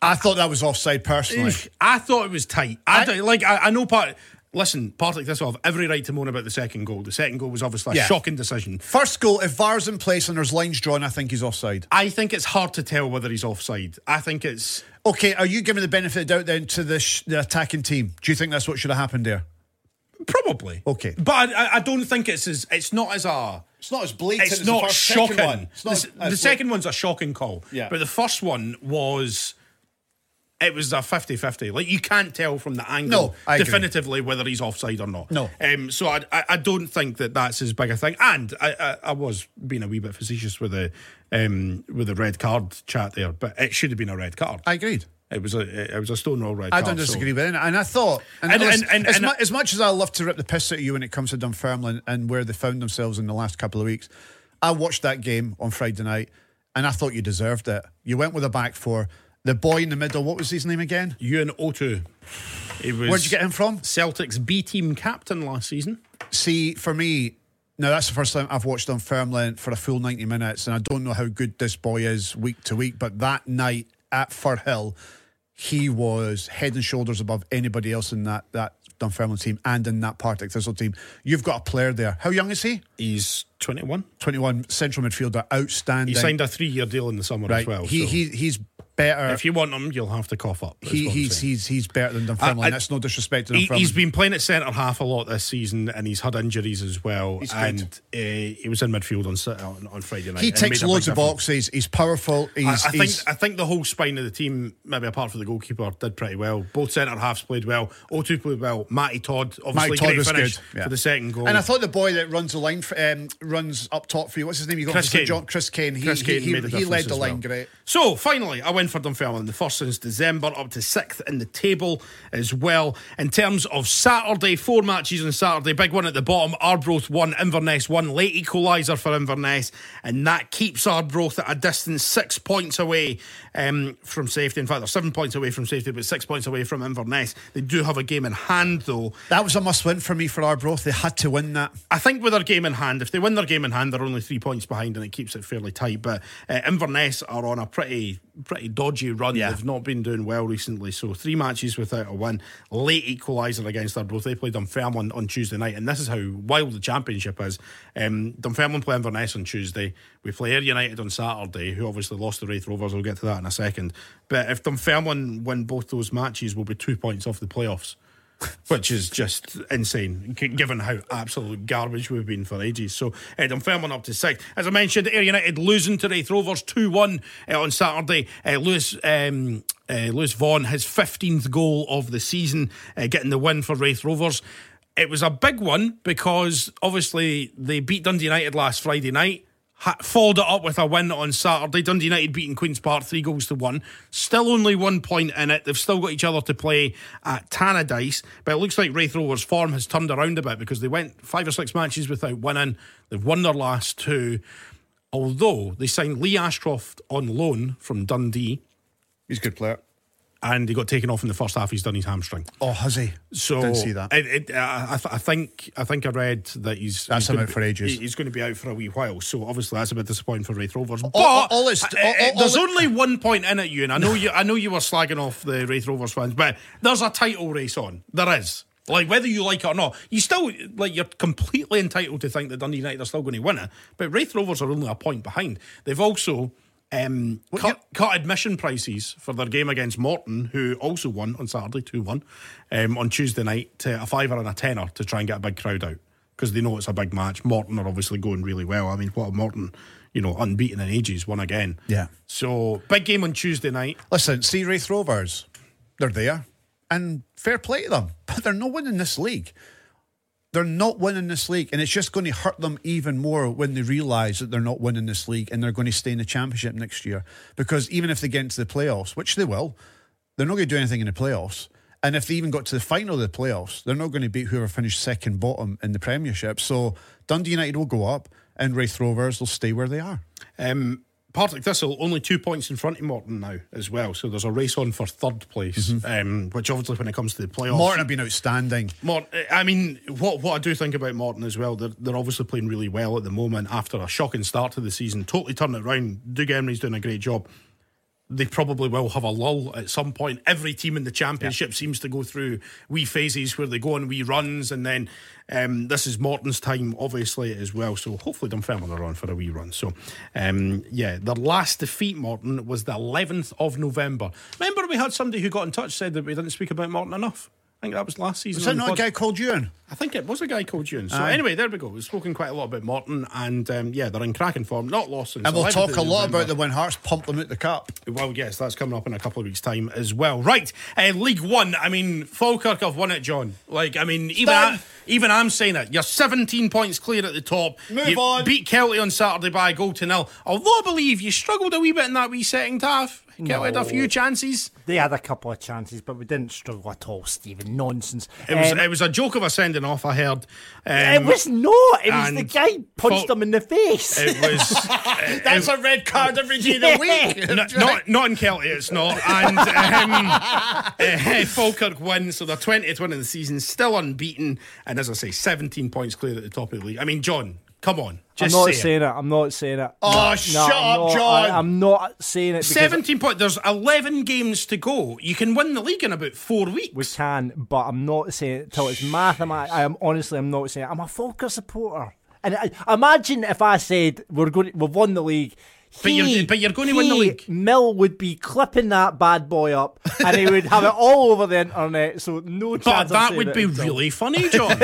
Speaker 7: I thought that was offside personally.
Speaker 2: I thought it was tight. I,
Speaker 7: I-
Speaker 2: don't- like, I, I know part. Listen, Partick Thistle have every right to moan about the second goal. The second goal was obviously a
Speaker 7: Yeah.
Speaker 2: shocking decision.
Speaker 7: First goal, if VAR's in place and there's lines drawn, I think he's offside.
Speaker 2: I think it's hard to tell whether he's offside. I think it's
Speaker 7: Okay, are you giving the benefit of the doubt then to the, sh- the attacking team? Do you think that's what should have happened there?
Speaker 2: probably
Speaker 7: Okay.
Speaker 2: but I- I, I don't think it's as it's not as a.
Speaker 7: It's not as blatant.
Speaker 2: It's not shocking. the s- the second one's a shocking call.
Speaker 7: Yeah.
Speaker 2: But the first one was. It was a 50 50. Like, you can't tell from the angle
Speaker 7: No, I agree.
Speaker 2: definitively whether he's offside or not.
Speaker 7: No.
Speaker 2: Um, so I, I, I don't think that that's as big a thing. And I, I, I was being a wee bit facetious with the, um, with the red card chat there, but it should have been a red card.
Speaker 7: I agreed.
Speaker 2: it was a it was a stonewall red
Speaker 7: I
Speaker 2: card. so-
Speaker 7: don't disagree with it. And I thought, and,
Speaker 2: And-
Speaker 7: listen,
Speaker 2: and- and-
Speaker 7: as,
Speaker 2: and-
Speaker 7: mu- as much as I love to rip the piss out of you when it comes to Dunfermline and where they found themselves in the last couple of weeks, I watched that game on Friday night and I thought you deserved it. You went with a back four. The boy in the middle, what was his name again?
Speaker 2: You and Otu. It was
Speaker 7: Where'd you get him from?
Speaker 2: Celtic's B team captain last season.
Speaker 7: See, for me, now that's the first time I've watched Dunfermline for a full 90 minutes, and I don't know how good this boy is week to week, but that night at Fir Hill, he was head and shoulders above anybody else in that, that Dunfermline team and in that Partick Thistle team. You've got a player there. How young is he?
Speaker 2: He's 21.
Speaker 7: 21, central midfielder,
Speaker 2: He
Speaker 7: outstanding.
Speaker 2: signed a three-year deal in the summer
Speaker 7: right.
Speaker 2: as well.
Speaker 7: he,
Speaker 2: so
Speaker 7: he, he's better.
Speaker 2: if you want him, you'll have to cough up. is
Speaker 7: he,
Speaker 2: what I'm
Speaker 7: he's,
Speaker 2: saying.
Speaker 7: he's, he's better than Dunfermline.
Speaker 2: I-
Speaker 7: that's no disrespect to
Speaker 2: He-
Speaker 7: Dunfermline.
Speaker 2: he's been playing at centre half a lot this season, and he's had injuries as well.
Speaker 7: He's good.
Speaker 2: and uh, he was in midfield on Sat- on, on Friday night.
Speaker 7: he
Speaker 2: and
Speaker 7: takes
Speaker 2: made a big
Speaker 7: loads of
Speaker 2: difference.
Speaker 7: boxes. He's powerful. He's,
Speaker 2: I, I think
Speaker 7: he's-
Speaker 2: I think the whole spine of the team, maybe apart from the goalkeeper, did pretty well. Both centre halves played well. O2 played well. Matty Todd, obviously,
Speaker 7: Mike Todd
Speaker 2: great
Speaker 7: was
Speaker 2: finish
Speaker 7: good yeah.
Speaker 2: for the second goal.
Speaker 7: And I thought the boy that runs the line for, um, runs up top for you. What's his name? You got
Speaker 2: Chris
Speaker 7: from St.
Speaker 2: Kane.
Speaker 7: John, Chris Kane. He,
Speaker 2: Chris
Speaker 7: he-
Speaker 2: Kane
Speaker 7: he-
Speaker 2: made a
Speaker 7: he
Speaker 2: difference
Speaker 7: led the
Speaker 2: as
Speaker 7: line
Speaker 2: well.
Speaker 7: great.
Speaker 2: So finally, I win for Dunfermline, the first since December, up to sixth in the table as well. In terms of Saturday, four matches on Saturday. Big one at the bottom, Arbroath one, Inverness one, late equaliser for Inverness, and that keeps Arbroath at a distance six points away um, from safety. In fact, they're seven points away from safety, but six points away from Inverness. They do have a game in hand though.
Speaker 7: That was a must win for me for Arbroath. They had to win that.
Speaker 2: I think with their game in hand, if they win their game in hand, they're only three points behind, and it keeps it fairly tight. But uh, Inverness are on a pretty pretty dodgy run.
Speaker 5: Yeah.
Speaker 2: They've not been doing well recently. So three matches without a win, late equaliser against Arbroath. They played Dunfermline on Tuesday night, and this is how wild the championship is. Um, Dunfermline play Inverness on Tuesday. We play Air United on Saturday, who obviously lost the Wraith Rovers. We'll get to that in a second. But if Dunfermline win both those matches, we'll be two points off the playoffs. Which is just insane, g- given how absolute garbage we've been for ages. So, uh, Dunfermline up to six. As I mentioned, Air United losing to Wraith Rovers 2 1 on Saturday. Uh, Lewis, um, uh, Lewis Vaughan, his 15th goal of the season, uh, getting the win for Wraith Rovers. It was a big one because obviously they beat Dundee United last Friday night ha- followed it up with a win on Saturday. Dundee United beating Queen's Park three goals to one. Still only one point in it. They've still got each other to play at Tannadice. But it looks like Wraith Rovers' form has turned around a bit because they went five or six matches without winning. They've won their last two. Although they signed Lee Ashcroft on loan from Dundee
Speaker 3: He's a good player.
Speaker 2: and he got taken off in the first half. He's done his hamstring.
Speaker 3: Oh, has he?
Speaker 2: So
Speaker 3: Didn't see that.
Speaker 2: It, it, I, I th- I think I think I read that he's
Speaker 3: That's
Speaker 2: he's
Speaker 3: him
Speaker 2: gonna
Speaker 3: out
Speaker 2: be-
Speaker 3: for ages.
Speaker 2: he- He's going to be out for a wee while. So obviously that's a bit disappointing for Wraith Rovers. But
Speaker 3: all- all it's-
Speaker 2: I- I- I-
Speaker 3: all- all
Speaker 2: there's
Speaker 3: it-
Speaker 2: only one point in it, Ewan. I know you. I know you were slagging off the Wraith Rovers fans, but there's a title race on. There is. Like whether you like it or not, you still like you're completely entitled to think that Dundee United are still going to win it. But Wraith Rovers are only a point behind. They've also. Um, cut, cut admission prices for their game against Morton, who also won on Saturday 2 1 um, on Tuesday night to a fiver and a tenner to try and get a big crowd out because they know it's a big match. Morton are obviously going really well. I mean, what have Morton, you know, unbeaten in ages, won again.
Speaker 3: Yeah.
Speaker 2: So big game on Tuesday night.
Speaker 3: Listen, see Wraith Rovers, they're there, and fair play to them, but they're not winning this league. They're not winning this league, and it's just going to hurt them even more when they realise that they're not winning this league and they're going to stay in the championship next year. Because even if they get into the playoffs, which they will, they're not going to do anything in the playoffs. And if they even got to the final of the playoffs, they're not going to beat whoever finished second bottom in the Premiership. So Dundee United will go up, and Wraith Rovers will stay where they are.
Speaker 2: Um, Partick Thistle only two points in front of Morton now as well. So there's a race on for third place, um, which obviously when it comes to the playoffs,
Speaker 3: Mm-hmm. Morton have been outstanding.
Speaker 2: Mort, I mean, what what I do think about Morton as well, they're, they're obviously playing really well at the moment after a shocking start to the season. Totally turned it around. Doug Emery's doing a great job. They probably will have a lull at some point. Every team in the championship seems to go through wee phases where they go on wee runs, and then um, this is Morton's time, obviously, as well. So hopefully Dunfermline are on for a wee run. So, um, yeah, their last defeat, Morton, was the 11th of November. Remember, we had somebody who got in touch said that we didn't speak about Morton enough. I think that was last season.
Speaker 3: Is that
Speaker 2: on the
Speaker 3: not a
Speaker 2: pod-
Speaker 3: guy called Ewan?
Speaker 2: I think it was a guy called Ewan. So anyway, there we go. We've spoken quite a lot about Morton, and um, yeah, they're in cracking form. Not lost since
Speaker 3: And we'll
Speaker 2: 11th
Speaker 3: talk
Speaker 2: of
Speaker 3: a lot
Speaker 2: November.
Speaker 3: about the when Hearts pumped them out the cup.
Speaker 2: Well, yes, that's coming up in a couple of weeks' time as well. Right, uh, League One. I mean, Falkirk have won it, John. Like, I mean, even
Speaker 3: Done.
Speaker 2: I, even I'm saying it. You're 17 points clear at the top.
Speaker 3: Move
Speaker 2: you
Speaker 3: on.
Speaker 2: Beat Kelty on Saturday by a goal to nil. Although I believe you struggled a wee bit in that wee second half. Kelty had a few chances.
Speaker 5: They had a couple of chances, but we didn't struggle at all, Stephen. Nonsense.
Speaker 2: It was
Speaker 5: Um,
Speaker 2: it was a joke of a sending off. I heard.
Speaker 5: it
Speaker 2: Um,
Speaker 5: was not. It was the
Speaker 2: and
Speaker 5: guy punched
Speaker 2: fol-
Speaker 5: him in the face.
Speaker 2: It was.
Speaker 3: That's a red card every day of the week.
Speaker 2: No, not, not in Kelty, it's not. And um, uh, Falkirk win, so they're 20th win in the season, still unbeaten. And as I say, 17 points clear at the top of the league. I mean, John, come on.
Speaker 5: I'm
Speaker 2: Just
Speaker 5: not
Speaker 2: say it.
Speaker 5: saying it. I'm not saying it.
Speaker 3: Oh,
Speaker 5: No, no,
Speaker 3: shut
Speaker 5: I'm
Speaker 3: up,
Speaker 5: not,
Speaker 3: John.
Speaker 5: I, am not saying it. because
Speaker 2: 17 points. There's 11 games to go. You can win the league in about four weeks.
Speaker 5: We can, but I'm not saying it till it's mathematics. I am honestly, I'm not saying it. I'm a Falker supporter. And I, imagine if I said we're going, we've won the league.
Speaker 2: But you're-
Speaker 5: he-
Speaker 2: but you're going to win the
Speaker 5: he,
Speaker 2: league.
Speaker 5: Mill would be clipping that bad boy up, and he would have it all over the internet. So no
Speaker 2: But
Speaker 5: chance. of
Speaker 2: Oh, that
Speaker 5: saying
Speaker 2: would
Speaker 5: it
Speaker 2: be
Speaker 5: until-
Speaker 2: really funny, John.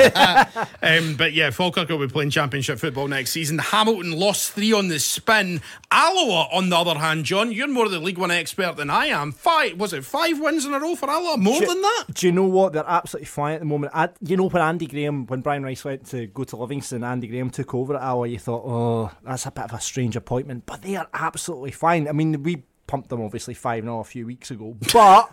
Speaker 2: um, but yeah, Falkirk will be playing championship football next season. Hamilton lost three on the spin. Alloa, on the other hand, John, you're more the League One expert than I am. Five was it five wins in a row for Alloa? More than that?
Speaker 5: Do you know what? They're absolutely fine at the moment. I, you know when Andy Graham, when Brian Rice went to go to Livingston, Andy Graham took over at Hour. You thought, oh, that's a bit of a strange appointment, but they are absolutely fine. I mean, we pumped them obviously five and a few weeks ago, but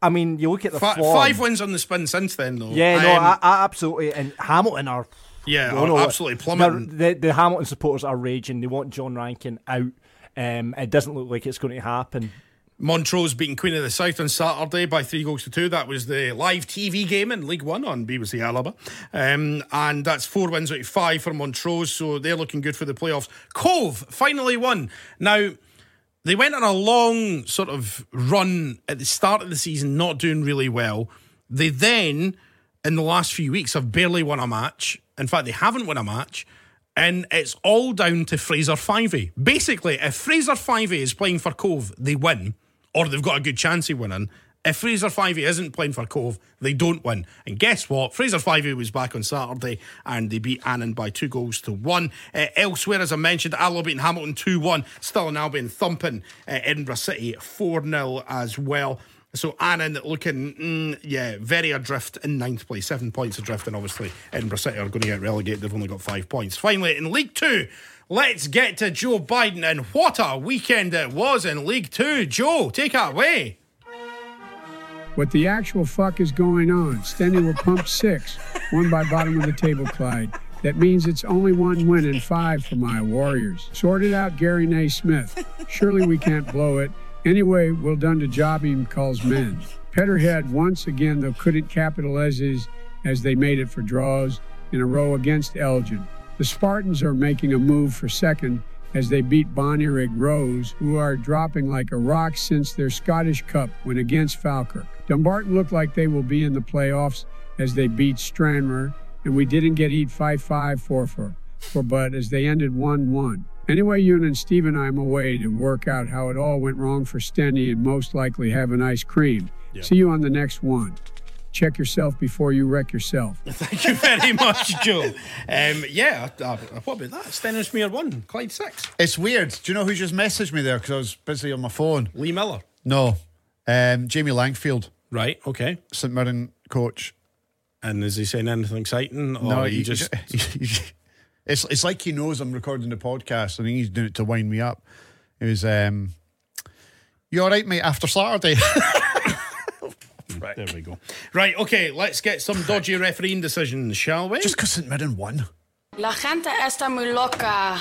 Speaker 5: I mean, you look at the
Speaker 2: Fi-
Speaker 5: form.
Speaker 2: five wins on the spin since then, though.
Speaker 5: Yeah, no,
Speaker 2: Um,
Speaker 5: I, I absolutely. And Hamilton are.
Speaker 2: Yeah,
Speaker 5: Oh,
Speaker 2: are
Speaker 5: no,
Speaker 2: absolutely plummeting.
Speaker 5: they're- The, the Hamilton supporters are raging. They want John Rankin out. Um, it doesn't look like it's going to happen.
Speaker 2: Montrose beating Queen of the South on Saturday by three goals to two. That was the live TV game in League One on BBC Alaba. Um, and that's four wins out of five for Montrose, so they're looking good for the playoffs. Cove finally won. Now, They went on a long sort of run at the start of the season, not doing really well. They then, in the last few weeks, have barely won a match. In fact, they haven't won a match. And it's all down to Fraser Fivey. Basically, if Fraser Fivey is playing for Cove, they win, or they've got a good chance of winning. If Fraser Fivey isn't playing for Cove, they don't win. And guess what? Fraser Fivey was back on Saturday and they beat Annan by two goals to one. Uh, elsewhere, as I mentioned, Albion beating Hamilton 2 1. Still an Albion thumping uh, Edinburgh City 4 0 as well. So Annan looking, mm, yeah, very adrift in ninth place, seven points adrift, and obviously Edinburgh City are going to get relegated. They've only got five points. Finally, in League Two, let's get to Joe Biden, and what a weekend it was in League Two. Joe, take it away.
Speaker 9: What the actual fuck is going on? Stenny will pump six, one by bottom of the table, Clyde. That means it's only one win and five for my Warriors. Sort it out, Gary Naismith. Surely we can't blow it. Anyway, well done to Jobim calls men. Petterhead once again though couldn't capitalize as, as they made it for draws in a row against Elgin. The Spartans are making a move for second as they beat Bonnerig Rose, who are dropping like a rock since their Scottish Cup win against Falkirk. Dumbarton look like they will be in the playoffs as they beat Stranraer, and we didn't get eat 5 5 4 for, for but as they ended 1 1. Anyway, Yoon and Steve and I am away to work out how it all went wrong for Stenny and most likely have an ice cream. See you on the next one. Check yourself before you wreck yourself.
Speaker 2: Thank you very much, Joe. Um, yeah, uh, what about that? Stennismere 1, Clyde 6,
Speaker 3: It's weird. Do you know who just messaged me there? Because I was busy on my phone.
Speaker 2: Lee Miller.
Speaker 3: No, um, Jamie Langfield,
Speaker 2: Right, okay.
Speaker 3: St Mirren coach.
Speaker 2: And is he saying anything exciting? Or no, he just.
Speaker 3: it's it's like he knows I'm recording the podcast and he's doing it to wind me up. It was, um, you all right, mate? After Saturday,
Speaker 2: There we go. Right, okay, let's get some dodgy refereeing decisions, shall we?
Speaker 3: just because St Mirren won.
Speaker 10: La gente está muy loca.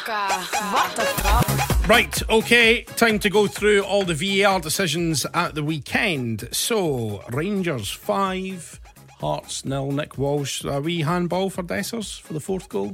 Speaker 10: What the fuck?
Speaker 2: Right, okay, time to go through all the VAR decisions at the weekend. So, Rangers 5, Hearts nil. Nick Walsh. A wee handball for Dessers for the fourth goal.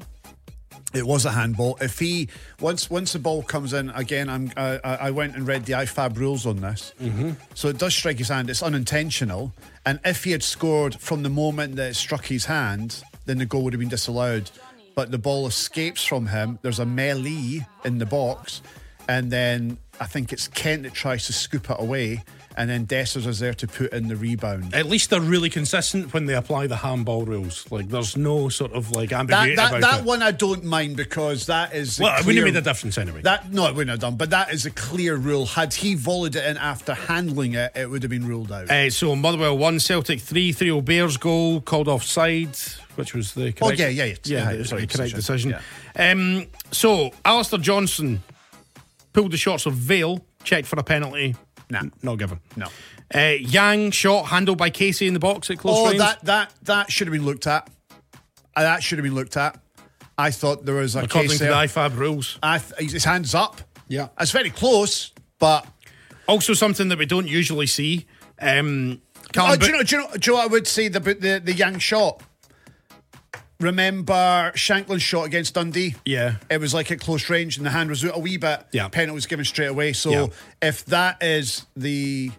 Speaker 3: It was a handball. If he once once the ball comes in again, I'm I, I I went and read the IFAB rules on this. Mm-hmm. So it does strike his hand. It's unintentional. And if he had scored from the moment that it struck his hand, then the goal would have been disallowed. But the ball escapes from him. There's a melee in the box, and then I think it's Kent that tries to scoop it away, and then Dessers is there to put in the rebound.
Speaker 2: At least they're really consistent when they apply the handball rules. Like, there's no sort of like ambiguity
Speaker 3: That that,
Speaker 2: about
Speaker 3: that
Speaker 2: it.
Speaker 3: one I don't mind because that is a
Speaker 2: well, it wouldn't
Speaker 3: clear-
Speaker 2: have made a difference anyway.
Speaker 3: That no, it wouldn't have done. But that is a clear rule. Had he volleyed it in after handling it, it would have been ruled out.
Speaker 2: Uh, so Motherwell one, Celtic three, 3 Bears goal called offside, which was the correct,
Speaker 3: Oh, yeah, yeah, yeah. Yeah,
Speaker 2: the-
Speaker 3: it was
Speaker 2: the
Speaker 3: right
Speaker 2: correct decision.
Speaker 3: decision.
Speaker 2: Um, so Alistair Johnson pulled the shots of Vale, checked for a penalty.
Speaker 3: Nah.
Speaker 2: N- not given.
Speaker 3: No.
Speaker 2: Uh, Yang shot handled by Casey in the box at close
Speaker 3: oh,
Speaker 2: range.
Speaker 3: that that that should have been looked at. Uh, that should have been looked at. I thought there was a
Speaker 2: according
Speaker 3: case
Speaker 2: to the
Speaker 3: there.
Speaker 2: IFAB rules.
Speaker 3: I th- his hands up.
Speaker 2: Yeah.
Speaker 3: it's very close, but.
Speaker 2: Also something that we don't usually see. Um, Callum
Speaker 3: Oh, do,
Speaker 2: Bo-
Speaker 3: you know, do, you know, do you know what I would say the, the, the young shot? Remember Shanklin's shot against Dundee?
Speaker 2: Yeah.
Speaker 3: It was like at close range and the hand was out a wee bit.
Speaker 2: Yeah.
Speaker 3: Penalty was given straight away. So
Speaker 2: Yeah.
Speaker 3: if that is the.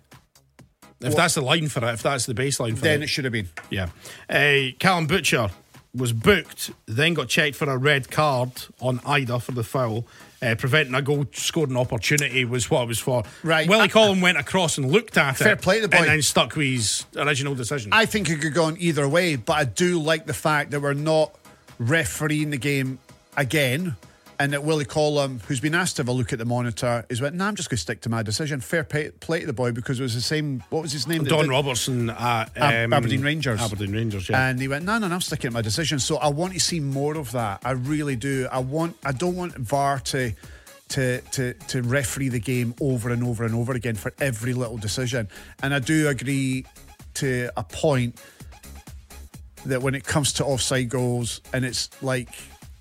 Speaker 2: if that's the line for it, if that's the baseline for
Speaker 3: Then
Speaker 2: it.
Speaker 3: it should have been.
Speaker 2: Yeah. Uh, Callum Butcher was booked, then got checked for a red card on Ida for the foul. Uh, preventing a goal scoring opportunity was what it was for.
Speaker 3: Right.
Speaker 2: Willie
Speaker 3: I-
Speaker 2: Collin went across and looked at it.
Speaker 3: Fair play to the boy.
Speaker 2: And then stuck with his original decision.
Speaker 3: I think it could go on either way, but I do like the fact that we're not refereeing the game again. And that Willie Collum, who's been asked to have a look at the monitor, is went, nah, I'm just going to stick to my decision. Fair pay, play to the boy because it was the same, what was his name? that
Speaker 2: Don
Speaker 3: did-
Speaker 2: Robertson at um,
Speaker 3: Ab- Aberdeen Rangers.
Speaker 2: Aberdeen Rangers, yeah.
Speaker 3: And he went, no, no, no, I'm sticking to my decision. So I want to see more of that. I really do. I want. I don't want VAR to. To, to, to referee the game over and over and over again for every little decision. And I do agree to a point that when it comes to offside goals and it's like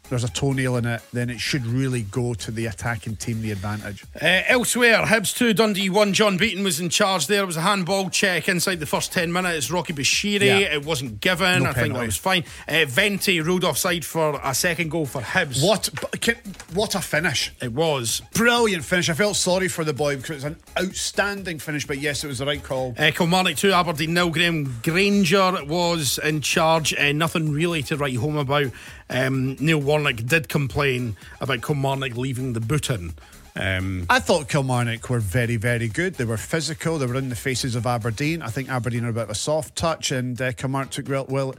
Speaker 3: there's a toenail in it, then it should really go to the attacking team the advantage.
Speaker 2: Uh, elsewhere, Hibs 2, Dundee 1. John Beaton was in charge there. It was a handball check inside the first 10 minutes. Rocky Bashiri,
Speaker 3: Yeah.
Speaker 2: it wasn't given.
Speaker 3: No
Speaker 2: I think that
Speaker 3: penalty.
Speaker 2: was fine. Uh, Venti ruled offside for a second goal for Hibs.
Speaker 3: What but can, what a finish!
Speaker 2: It was.
Speaker 3: Brilliant finish. I felt sorry for the boy because it was an outstanding finish, but yes, it was the right call.
Speaker 2: Uh, Kilmarnock 2, Aberdeen nil. Graham Granger was in charge. Uh, nothing really to write home about. Um, Neil Warnock did complain about Kilmarnock leaving the boot in. Um,
Speaker 3: I thought Kilmarnock were very, very good. They were physical. They were in the faces of Aberdeen. I think Aberdeen are a bit of a soft touch, and uh, Kilmarnock took well, well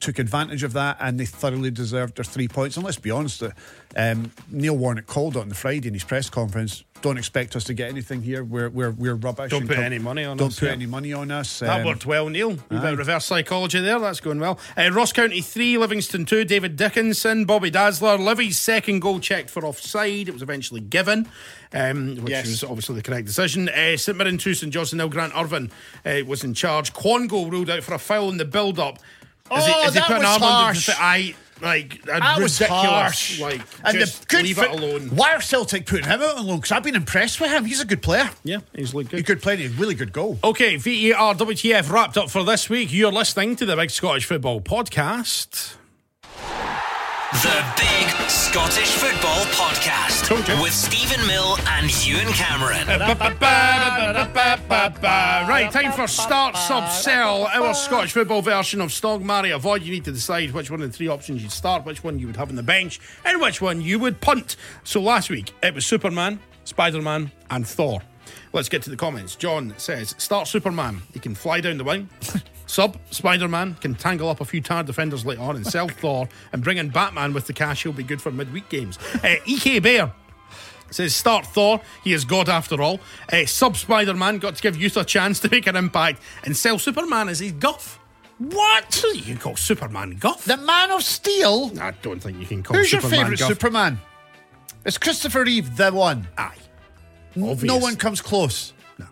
Speaker 3: took advantage of that, and they thoroughly deserved their three points. And let's be honest, uh, um, Neil Warnock called it on the Friday in his press conference. Don't expect us to get anything here. We're we're, we're rubbish.
Speaker 2: Don't
Speaker 3: And
Speaker 2: put
Speaker 3: Kil-
Speaker 2: any money on
Speaker 3: Don't
Speaker 2: us,
Speaker 3: put
Speaker 2: yeah.
Speaker 3: any money on us.
Speaker 2: that
Speaker 3: Um,
Speaker 2: worked well, Neil. You've got reverse psychology there. That's going well. Uh, Ross County 3, Livingston 2, David Dickinson, Bobby Dazzler. Livy's second goal checked for offside. It was eventually given, um, which
Speaker 3: Yes.
Speaker 2: was obviously the correct decision. Uh, St Mirren 2, St Johnson nil. Grant Irvin uh, was in charge. Quango ruled out for a foul in the build up.
Speaker 3: Oh, that was harsh.
Speaker 2: I like a
Speaker 3: That was
Speaker 2: ridiculous.
Speaker 3: harsh.
Speaker 2: Like,
Speaker 3: and
Speaker 2: just
Speaker 3: the good
Speaker 2: leave
Speaker 3: fi-
Speaker 2: it alone.
Speaker 3: Why are Celtic putting him out on loan? Because I've been impressed with him. He's a good player.
Speaker 2: Yeah, he's looked
Speaker 3: He
Speaker 2: good.
Speaker 3: could play. and He's a really good goal.
Speaker 2: Okay, E VAR WTF wrapped up for this week. You're listening to the Big Scottish Football Podcast.
Speaker 1: The Big Scottish Football Podcast
Speaker 2: Told you.
Speaker 1: with Stephen Mill and Ewan Cameron.
Speaker 2: Right, time for start, sub, sell. Our Scottish football version of Snog, Marry, Avoid. You need to decide which one of the three options you'd start, which one you would have on the bench, and which one you would punt. So last week, it was Superman, Spider Man, and Thor. Let's get to the comments. John says, Start Superman. He can fly down the wing. Sub, Spider Man can tangle up a few tired defenders later on and sell Thor and bring in Batman with the cash. He'll be good for midweek games. Uh, EK Bear says start Thor. He is God after all. Uh, sub Spider Man got to give youth a chance to make an impact and sell Superman as his guff. What? You can call Superman guff.
Speaker 3: The Man of Steel.
Speaker 2: I don't think you can call
Speaker 3: Who's
Speaker 2: Superman
Speaker 3: your favourite
Speaker 2: guff.
Speaker 3: Superman? It's Christopher Reeve, the one.
Speaker 2: Aye.
Speaker 3: No
Speaker 2: Obvious.
Speaker 3: one comes close.
Speaker 2: No.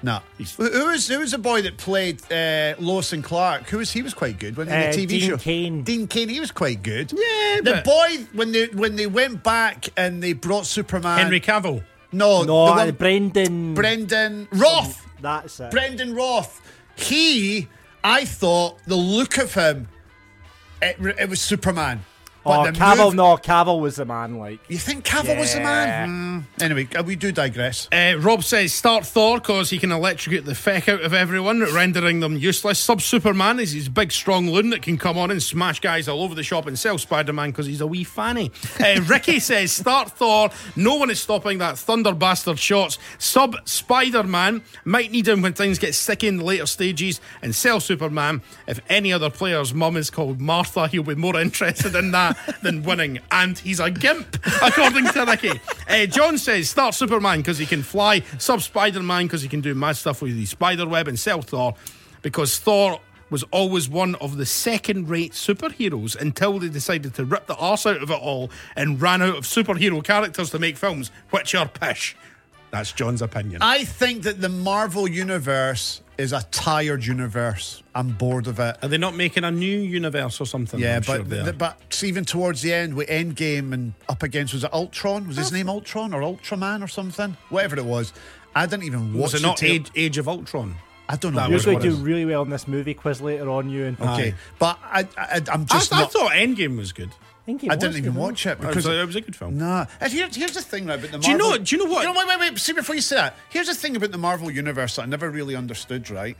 Speaker 3: No. Who who was who was the boy that played uh, Lois and Clark? Who was he? Was quite good when
Speaker 5: Uh,
Speaker 3: the TV
Speaker 5: Dean
Speaker 3: show.
Speaker 5: Cain.
Speaker 3: Dean Kane. He was quite good.
Speaker 2: Yeah,
Speaker 3: The
Speaker 2: but-
Speaker 3: boy when they when they went back and they brought Superman.
Speaker 2: Henry Cavill.
Speaker 3: No.
Speaker 5: No,
Speaker 3: the
Speaker 5: uh,
Speaker 3: one-
Speaker 5: Brendan.
Speaker 3: Brendan Roth.
Speaker 5: That's it.
Speaker 3: Brendan Roth. He, I thought the look of him, it, it was Superman.
Speaker 5: oh,
Speaker 3: the
Speaker 5: Cavill.
Speaker 3: move-
Speaker 5: No, Cavill was the man. Like
Speaker 3: You think Cavill was the man? Hmm. Anyway, uh, we do digress.
Speaker 2: Uh, Rob says start Thor because he can electrocute the feck out of everyone, rendering them useless. Sub Superman is his big strong loon that can come on and smash guys all over the shop and sell Spider Man because he's a wee fanny. Uh, Ricky says start Thor. No one is stopping that thunder bastard shots. Sub Spider Man might need him when things get sick in the later stages and sell Superman. If any other player's mum is called Martha, he'll be more interested in that than winning. And he's a gimp, according to Ricky. Uh, John says start Superman because he can fly, sub Spider Man because he can do mad stuff with the spider web, and sell Thor because Thor was always one of the second rate superheroes until they decided to rip the arse out of it all and ran out of superhero characters to make films, which are pish. That's John's opinion.
Speaker 3: I think that the Marvel universe is a tired universe. I'm bored of it.
Speaker 2: Are they not making a new universe or something?
Speaker 3: Yeah,
Speaker 2: I'm sure
Speaker 3: but
Speaker 2: they are.
Speaker 3: th- but even towards the end with Endgame and up against was it Ultron? Was his
Speaker 2: Oh.
Speaker 3: name Ultron or Ultraman or something? Whatever it was, I didn't even watch.
Speaker 2: was it
Speaker 3: the
Speaker 2: not
Speaker 3: tail-
Speaker 2: Age, Age of Ultron?
Speaker 3: I don't know.
Speaker 2: That
Speaker 3: what
Speaker 5: you're
Speaker 2: was
Speaker 3: it
Speaker 5: going
Speaker 2: what
Speaker 5: to
Speaker 2: it
Speaker 5: do
Speaker 2: is.
Speaker 5: really well in this movie quiz later on, you and
Speaker 3: Okay, but I, I I'm just
Speaker 2: I, I
Speaker 3: not-
Speaker 2: thought Endgame was good.
Speaker 5: think he
Speaker 3: I
Speaker 5: was
Speaker 3: didn't even
Speaker 5: good,
Speaker 3: watch it
Speaker 2: Because
Speaker 3: because
Speaker 2: it was, a, Oh, it was a good film.
Speaker 3: Nah. And here, here's the thing right, about the Marvel.
Speaker 2: Do you know- do you know what-
Speaker 3: wait, wait, wait. See, before you say that, here's the thing about the Marvel universe that I never really understood. Right?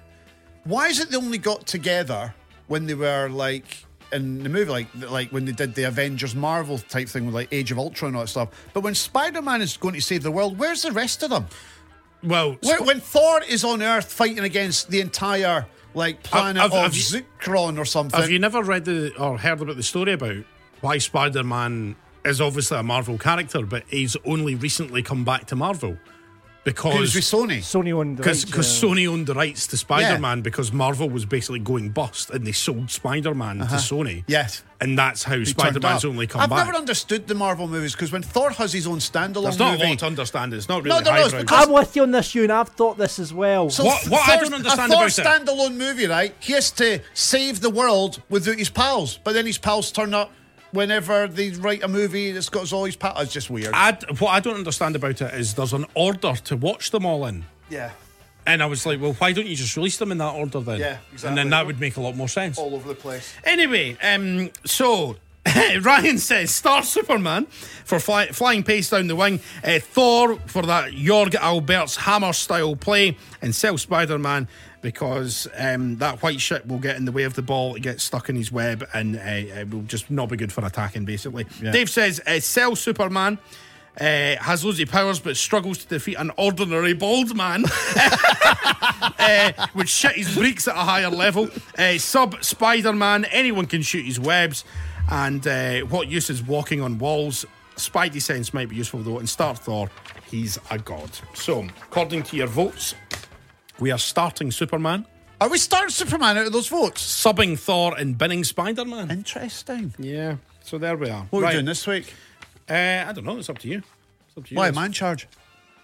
Speaker 3: Why is it they only got together when they were like in the movie, like like when they did the Avengers Marvel type thing with like Age of Ultron and all that stuff? But when Spider Man is going to save the world, where's the rest of them?
Speaker 2: Well,
Speaker 3: Where, when Thor is on Earth fighting against the entire like planet
Speaker 2: Have- have-
Speaker 3: of
Speaker 2: have you-
Speaker 3: Zukron or something.
Speaker 2: Have you never read the or heard about the story about why Spider Man is obviously a Marvel character, but he's only recently come back to Marvel
Speaker 3: Who's with
Speaker 2: because
Speaker 3: Sony?
Speaker 5: Sony on the
Speaker 2: because
Speaker 5: right, uh,
Speaker 2: Sony owned the rights to Spider Man because Marvel was basically going bust and they sold Spider Man to Sony.
Speaker 3: Uh-huh. Yes.
Speaker 2: and that's how Spider Man's
Speaker 3: turned up.
Speaker 2: only come
Speaker 3: I've
Speaker 2: back.
Speaker 3: never understood the Marvel movies because when Thor has his own standalone
Speaker 2: There's not
Speaker 3: movie,
Speaker 2: a lot to understand. It's not
Speaker 3: No,
Speaker 2: really
Speaker 3: no, no, it's
Speaker 2: highbrow.
Speaker 3: because-
Speaker 5: I'm with you on this, Ewan. I've thought this as well.
Speaker 3: so
Speaker 2: What-
Speaker 3: th-
Speaker 2: what I
Speaker 3: Thor's-
Speaker 2: don't understand
Speaker 3: a
Speaker 2: about
Speaker 3: Thor
Speaker 2: it-
Speaker 3: standalone movie, right? He has to save the world without his pals, but then his pals turn up whenever they write a movie that's got Zolly's pat. It's just weird.
Speaker 2: I d- what I don't understand about it is there's an order to watch them all in.
Speaker 3: yeah.
Speaker 2: And I was like, well, why don't you just release them in that order then?
Speaker 3: Yeah,
Speaker 2: And
Speaker 3: exactly. Oh.
Speaker 2: then that would make a lot more sense.
Speaker 3: All over the place.
Speaker 2: Anyway, um, so Ryan says Star Superman for fly- flying pace down the wing, uh, Thor for that Jorg Albert's hammer style play, and Cell Spider Man because um, that white shit will get in the way of the ball, it gets stuck in his web, and uh, it will just not be good for attacking, basically. Dave says uh, Cell Superman. Uh, has loads of powers but struggles to defeat an ordinary bald man uh, would shit his breeks at a higher level. Uh, sub Spider Man, anyone can shoot his webs. And uh, what use is walking on walls? Spidey sense might be useful though. And Star Thor, he's a god. So, according to your votes, we are starting Superman,
Speaker 3: Are we starting Superman out of those votes?
Speaker 2: subbing Thor, and binning Spider Man.
Speaker 3: Interesting.
Speaker 2: Yeah. So there we are.
Speaker 3: What are
Speaker 2: right.
Speaker 3: we doing this week?
Speaker 2: Uh, I don't know. It's up to you. It's up to you.
Speaker 3: Why
Speaker 2: It's-
Speaker 3: am I in charge?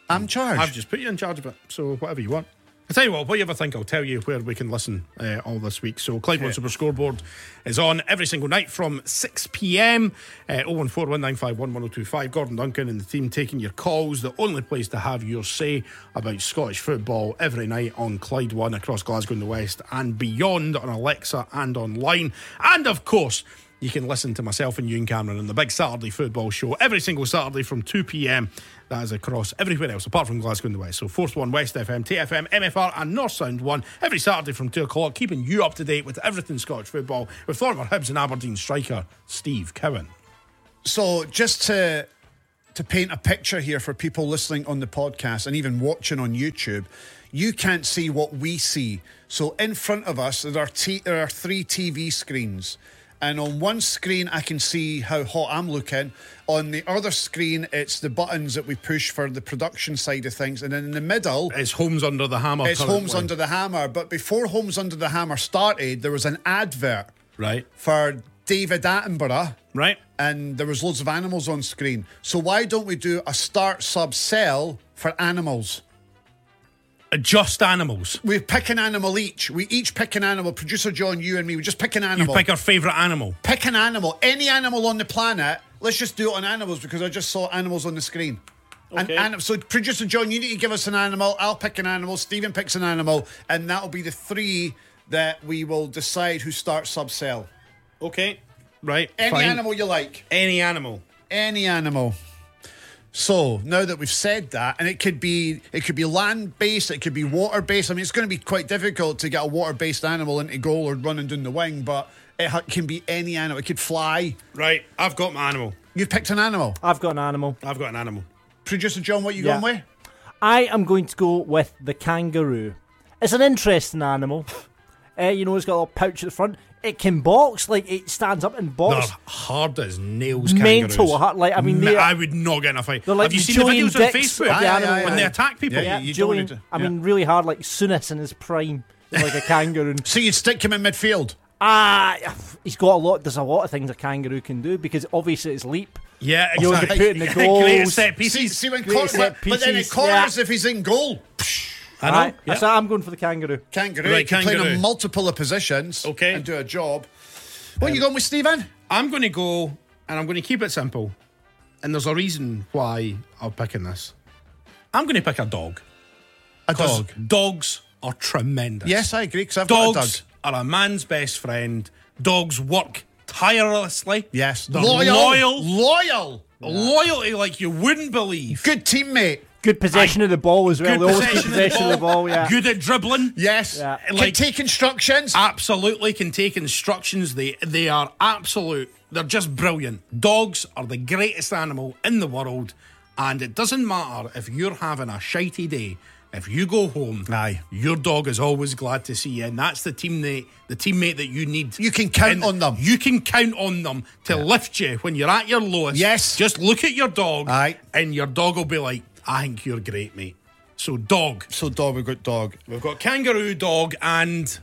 Speaker 3: I'm in charge.
Speaker 2: I've just put you in charge of it, so whatever you want. I tell you what, whatever you think, I'll tell you where we can listen uh, all this week. So, Clyde One Super Scoreboard is on every single night from 6 pm. Uh, 01419511025. Gordon Duncan and the team taking your calls. The only place to have your say about Scottish football every night on Clyde One across Glasgow and the West and beyond on Alexa and online. And of course, you can listen to myself and Ewan Cameron on the big Saturday football show every single Saturday from 2 pm. That is across everywhere else apart from Glasgow and the West. So, Fourth One, West FM, TFM, MFR, and North Sound One every Saturday from 2 o'clock, keeping you up to date with everything Scottish football with former Hibs and Aberdeen striker Steve Cowan.
Speaker 3: So just to to paint a picture here for people listening on the podcast and even watching on YouTube, you can't see what we see. So in front of us there are t- there are three TV screens. And on one screen, I can see how hot I'm looking. On the other screen, it's the buttons that we push for the production side of things. And then in the middle,
Speaker 2: It's Homes Under the Hammer.
Speaker 3: it's Homes
Speaker 2: currently.
Speaker 3: Under the Hammer. But before Homes Under the Hammer started, there was an advert
Speaker 2: Right.
Speaker 3: for David Attenborough
Speaker 2: Right.
Speaker 3: and there was loads of animals on screen. So why don't we do a start sub sell for animals?
Speaker 2: Uh, Just Animals.
Speaker 3: We pick an animal each. We each pick an animal. Producer John, you and me, we just pick an
Speaker 2: You
Speaker 3: animal.
Speaker 2: pick our favourite animal.
Speaker 3: pick an animal, any animal on the planet. Let's just do it on animals because I just saw animals on the screen. Okay. And, so, producer John, you need to give us an animal. I'll pick an animal. Stephen picks an animal, and that'll be the three that we will decide who starts sub sell.
Speaker 2: Okay. Right.
Speaker 3: Any
Speaker 2: fine.
Speaker 3: animal you like.
Speaker 2: Any animal.
Speaker 3: any animal. So now that we've said that, and it could be it could be land based, it could be water based. I mean, it's going to be quite difficult to get a water based animal into goal or running down the wing, but it ha- can be any animal. It could fly.
Speaker 2: Right. I've got my animal.
Speaker 3: You picked an animal.
Speaker 5: I've got an animal.
Speaker 2: I've got an animal.
Speaker 3: Producer John, what you
Speaker 5: Uh, Yeah.
Speaker 3: going with?
Speaker 5: I am going to go with the kangaroo. It's an interesting animal. Uh, you know, it's got a little pouch at the front. It can box, like it stands up and
Speaker 2: They're
Speaker 5: box.
Speaker 2: hard as nails.
Speaker 5: Mental,
Speaker 2: kangaroos.
Speaker 5: hard, like, I mean,
Speaker 2: Ma-
Speaker 5: they are-
Speaker 2: I would not get in a fight.
Speaker 5: They're like
Speaker 2: Have you
Speaker 5: the
Speaker 2: seen the
Speaker 5: Julian
Speaker 2: videos on
Speaker 5: Dicks
Speaker 2: Facebook
Speaker 5: of the
Speaker 3: Aye, aye, aye,
Speaker 2: when they
Speaker 3: aye.
Speaker 2: attack people?
Speaker 3: Yeah. you don't
Speaker 5: Julian,
Speaker 3: need to-
Speaker 5: I
Speaker 3: yeah.
Speaker 5: mean, really hard, like Sunis in his prime, like a kangaroo.
Speaker 3: So you'd stick him in midfield.
Speaker 5: Ah, he's got a lot. There's a lot of things a kangaroo can do because obviously it's leap.
Speaker 2: Yeah, exactly.
Speaker 5: You know, they put in the
Speaker 2: Great
Speaker 5: goals.
Speaker 2: set
Speaker 3: See,
Speaker 2: pieces.
Speaker 3: see when
Speaker 5: great
Speaker 3: corners,
Speaker 5: set
Speaker 3: but then it
Speaker 5: pieces,
Speaker 3: corners
Speaker 5: yeah.
Speaker 3: if he's in goal.
Speaker 2: I know.
Speaker 5: Aye,
Speaker 2: yeah.
Speaker 5: So I'm going for the kangaroo.
Speaker 3: Kangaroo.
Speaker 2: Right,
Speaker 3: you can play
Speaker 2: kangaroo.
Speaker 3: in multiple of positions.
Speaker 2: Okay.
Speaker 3: And do a job. What you going with, Stephen?
Speaker 2: I'm going to go, and I'm going to keep it simple. And there's a reason why I'm picking this. I'm going to pick a dog.
Speaker 3: A
Speaker 2: 'Cause Dogs are tremendous.
Speaker 3: Yes, I agree. Because I've got a dog.
Speaker 2: Dogs are a man's best friend. Dogs work tirelessly.
Speaker 3: Yes,
Speaker 2: They're
Speaker 3: loyal,
Speaker 2: loyal.
Speaker 3: loyal,
Speaker 2: Loyalty like you wouldn't believe.
Speaker 3: good teammate.
Speaker 5: Good possession of the ball as well.
Speaker 2: Good
Speaker 5: They always keep
Speaker 2: possession,
Speaker 5: possession of the ball. Yeah.
Speaker 2: Good at dribbling.
Speaker 3: Yes,
Speaker 5: Yeah.
Speaker 3: can
Speaker 2: Like-
Speaker 3: take instructions.
Speaker 2: absolutely can take instructions. They they are absolute. They're just brilliant. Dogs are the greatest animal in the world, and it doesn't matter if you're having a shitey day. If you go home,
Speaker 3: Aye.
Speaker 2: your dog is always glad to see you, and that's the teammate, the teammate that you need.
Speaker 3: You can count
Speaker 2: And
Speaker 3: on them.
Speaker 2: You can count on them to lift you when you're at your lowest.
Speaker 3: Yes.
Speaker 2: just look at your dog,
Speaker 3: Aye.
Speaker 2: and your dog will be like, "I think you're great, mate." So, dog.
Speaker 3: so dog, we've got dog.
Speaker 2: We've got kangaroo, dog, and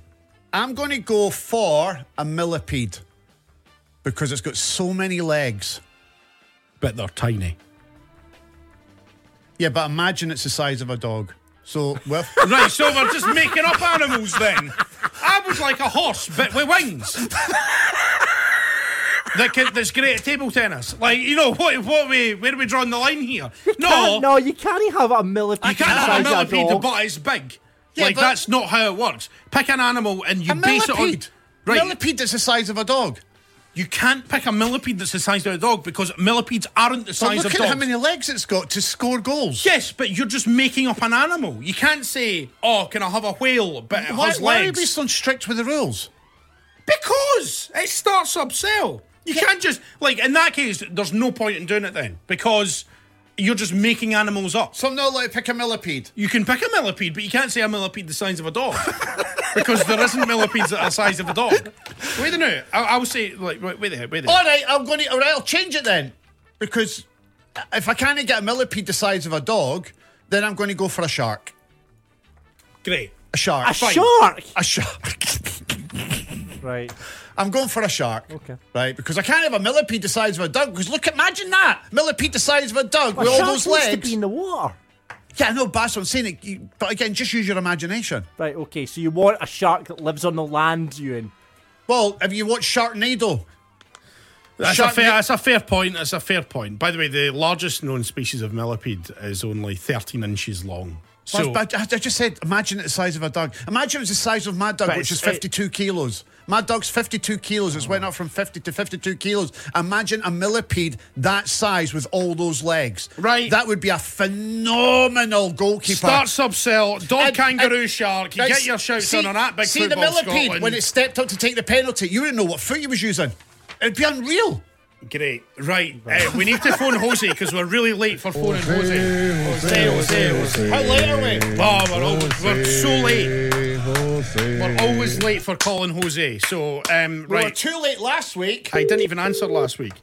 Speaker 3: I'm going to go for a millipede because it's got so many legs.
Speaker 2: but they're tiny.
Speaker 3: Yeah, but imagine it's the size of a dog. So well,
Speaker 2: Right, so we're just making up animals then. I would like a horse, but with wings. that can, that's great at table tennis. Like, you know, what, what we, where are we drawing the line here? No,
Speaker 5: Can't- no, you can't have a millipede
Speaker 2: I can't have a
Speaker 5: the size of
Speaker 2: millipede,
Speaker 5: dog.
Speaker 2: but it's big.
Speaker 3: Yeah,
Speaker 2: like,
Speaker 3: but-
Speaker 2: that's not how it works. Pick an animal and you
Speaker 3: A
Speaker 2: base
Speaker 3: millipede.
Speaker 2: it on. Right.
Speaker 3: Millipede that's the size of a dog.
Speaker 2: You can't pick a millipede that's the size of a dog because millipedes aren't the
Speaker 3: But
Speaker 2: size
Speaker 3: look
Speaker 2: of
Speaker 3: at
Speaker 2: dogs.
Speaker 3: how many legs it's got to score goals.
Speaker 2: Yes, but you're just making up an animal. You can't say, "Oh, can I have a whale?" But it
Speaker 3: Why,
Speaker 2: has
Speaker 3: why are
Speaker 2: legs.
Speaker 3: we so strict with the rules?
Speaker 2: Because it starts up sell. You can't just like in that case. There's no point in doing it then because you're just making animals up.
Speaker 3: So I'm not allowed to pick a millipede.
Speaker 2: You can pick a millipede, but you can't say a millipede the size of a dog because there isn't millipedes that are the size of a dog. Wait a minute. I, I will say like wait, wait there, wait there.
Speaker 3: All right, I'm going to. All right, I'll change it then, because if I can't get a millipede the size of a dog, then I'm going to go for a shark.
Speaker 2: Great.
Speaker 3: A shark.
Speaker 5: A shark.
Speaker 3: A shark.
Speaker 5: Right.
Speaker 3: I'm going for a shark.
Speaker 5: Okay.
Speaker 3: Right, because I can't have a millipede the size of a dog. Because look, imagine that millipede the size of a dog
Speaker 5: A
Speaker 3: with all
Speaker 5: shark
Speaker 3: those
Speaker 5: needs to
Speaker 3: legs.
Speaker 5: be in the water.
Speaker 3: Yeah, I know, but that's what I'm saying. It, you, but again, just use your imagination.
Speaker 5: Right. Okay. So you want a shark that lives on the land, Ewan?
Speaker 3: Well, have you watched Sharknado?
Speaker 2: That's a
Speaker 3: Shark-
Speaker 2: fair. That's a fair point. That's a fair point. By the way, the largest known species of millipede is only 13 inches long. So,
Speaker 3: But I, I just said, imagine it the size of a dog. Imagine it was the size of my dog,
Speaker 2: But
Speaker 3: which is
Speaker 2: it's-
Speaker 3: 52 kilos. My dog's 52 kilos. It's went up from 50 to 52 kilos. Imagine a millipede that size with all those legs.
Speaker 2: Right.
Speaker 3: That would be a phenomenal goalkeeper.
Speaker 2: Start sub cell, dog,
Speaker 3: And-
Speaker 2: kangaroo,
Speaker 3: and-
Speaker 2: shark. You
Speaker 3: Now,
Speaker 2: get your shouts
Speaker 3: see-
Speaker 2: in on that big
Speaker 3: See
Speaker 2: football
Speaker 3: the millipede
Speaker 2: Scotland.
Speaker 3: when it stepped up to take the penalty. You wouldn't know what foot he was using. It'd be unreal.
Speaker 2: Great, right. Uh, we need to phone Jose because we're really late for phoning Jose. Jose, Jose, Jose.
Speaker 3: How late are we?
Speaker 2: Oh, we're, always, we're so late.
Speaker 6: We're
Speaker 2: We're always late for calling Jose. So, um,
Speaker 3: We were
Speaker 2: right.
Speaker 3: too late last week.
Speaker 2: I didn't even answer last week.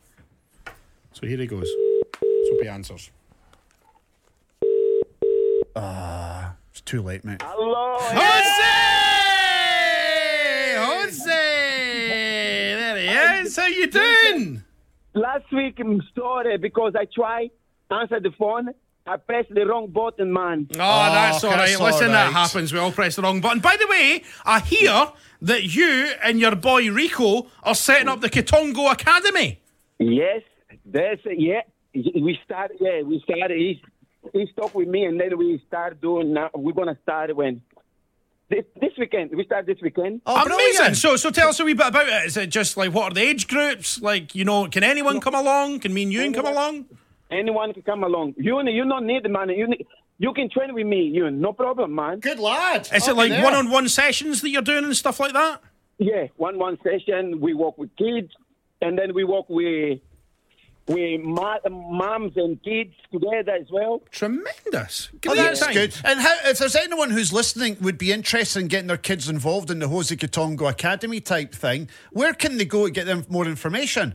Speaker 2: So here he goes. Let's hope he answers. Ah,
Speaker 3: It's too late, mate.
Speaker 2: Jose! Jose! There he is. How you doing?
Speaker 11: Last week, I'm sorry because I tried answer the phone. I pressed the wrong button, man.
Speaker 2: Oh, that's all right.
Speaker 3: that's all
Speaker 2: Listen, that
Speaker 3: right.
Speaker 2: happens. We all press the wrong button. By the way, I hear that you and your boy Rico are setting up the Katongo Academy.
Speaker 11: Yes, that's yeah. We start. Yeah, we started. He, he stuck with me, and then we start doing. Now we're gonna start when this, this weekend. We start this weekend.
Speaker 3: Oh,
Speaker 2: Amazing.
Speaker 3: brilliant.
Speaker 2: So, so tell us a wee bit about it. Is it just like what are the age groups? Like, you know, can anyone come along? Can me and you come along?
Speaker 11: Anyone can come along. You you don't need man. You need, you can train with me. You no problem, man.
Speaker 3: Good lad.
Speaker 2: Is it
Speaker 3: Up
Speaker 2: like
Speaker 3: there.
Speaker 2: one-on-one sessions that you're doing and stuff like that?
Speaker 11: Yeah, one one session. We work with kids, and then we work with with ma- moms and kids together as well.
Speaker 2: Tremendous.
Speaker 3: Oh,
Speaker 2: Great
Speaker 3: that's
Speaker 2: times.
Speaker 3: good. And how, if there's anyone who's listening would be interested in getting their kids involved in the Jose Katongo Academy type thing, where can they go to get them more information?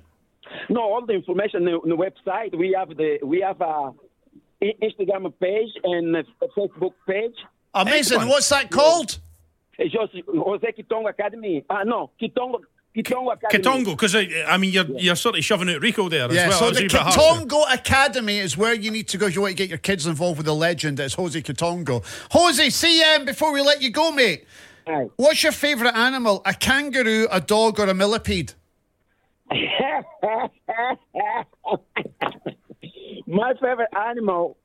Speaker 11: No, all the information on the website. We have the we have a I- Instagram page and a Facebook page.
Speaker 3: Amazing.
Speaker 2: Excellent.
Speaker 3: What's that called?
Speaker 11: It's just Jose Kitongo Academy. Ah, no, Kitongo Kitongo Academy.
Speaker 2: Katongo, because I, I mean, you're you're sort of shoving out Rico there as
Speaker 3: Yeah,
Speaker 2: well.
Speaker 3: so
Speaker 2: It's a
Speaker 3: the
Speaker 2: wee bit hard.
Speaker 3: Katongo Academy is where you need to go if you want to get your kids involved with the legend that's Jose Katongo. Jose, CM, before we let you go, mate,
Speaker 11: Aye.
Speaker 3: what's your favourite animal? A kangaroo, a dog, or a millipede?
Speaker 11: My favorite animal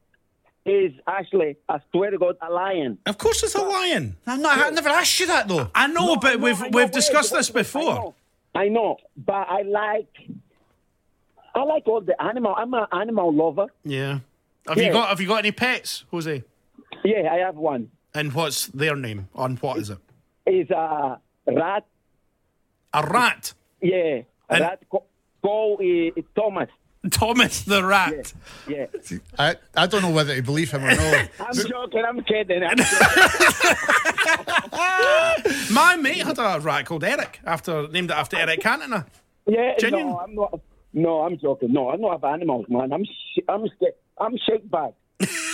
Speaker 11: is actually I swear to God a lion.
Speaker 2: Of course, it's a lion.
Speaker 3: I'm not, I never asked you that, though.
Speaker 2: I know, but
Speaker 11: I know,
Speaker 2: we've
Speaker 11: I know,
Speaker 2: we've
Speaker 11: wait,
Speaker 2: discussed
Speaker 11: wait,
Speaker 2: this
Speaker 11: wait, I
Speaker 2: before.
Speaker 11: know, I know, but I like I like all the animal. I'm an animal lover.
Speaker 2: Yeah. Have you
Speaker 11: Yeah.
Speaker 2: got Have you got any pets, Jose?
Speaker 11: Yeah, I have one.
Speaker 2: And what's their name? On what is it?
Speaker 11: It's a rat.
Speaker 2: A rat.
Speaker 11: Yeah, a
Speaker 2: And-
Speaker 11: rat. Co- Call uh, Thomas.
Speaker 2: Thomas the rat.
Speaker 11: Yeah,
Speaker 3: I, I don't know whether to believe him or not.
Speaker 11: I'm joking. I'm kidding. I'm kidding.
Speaker 2: Ah! My mate had a rat called Eric after named it after Eric Cantona.
Speaker 11: Yeah,
Speaker 2: Genuine?
Speaker 11: no, I'm not. No, I'm joking. No, I don't have animals, man. I'm sh- I'm sh- I'm shake back.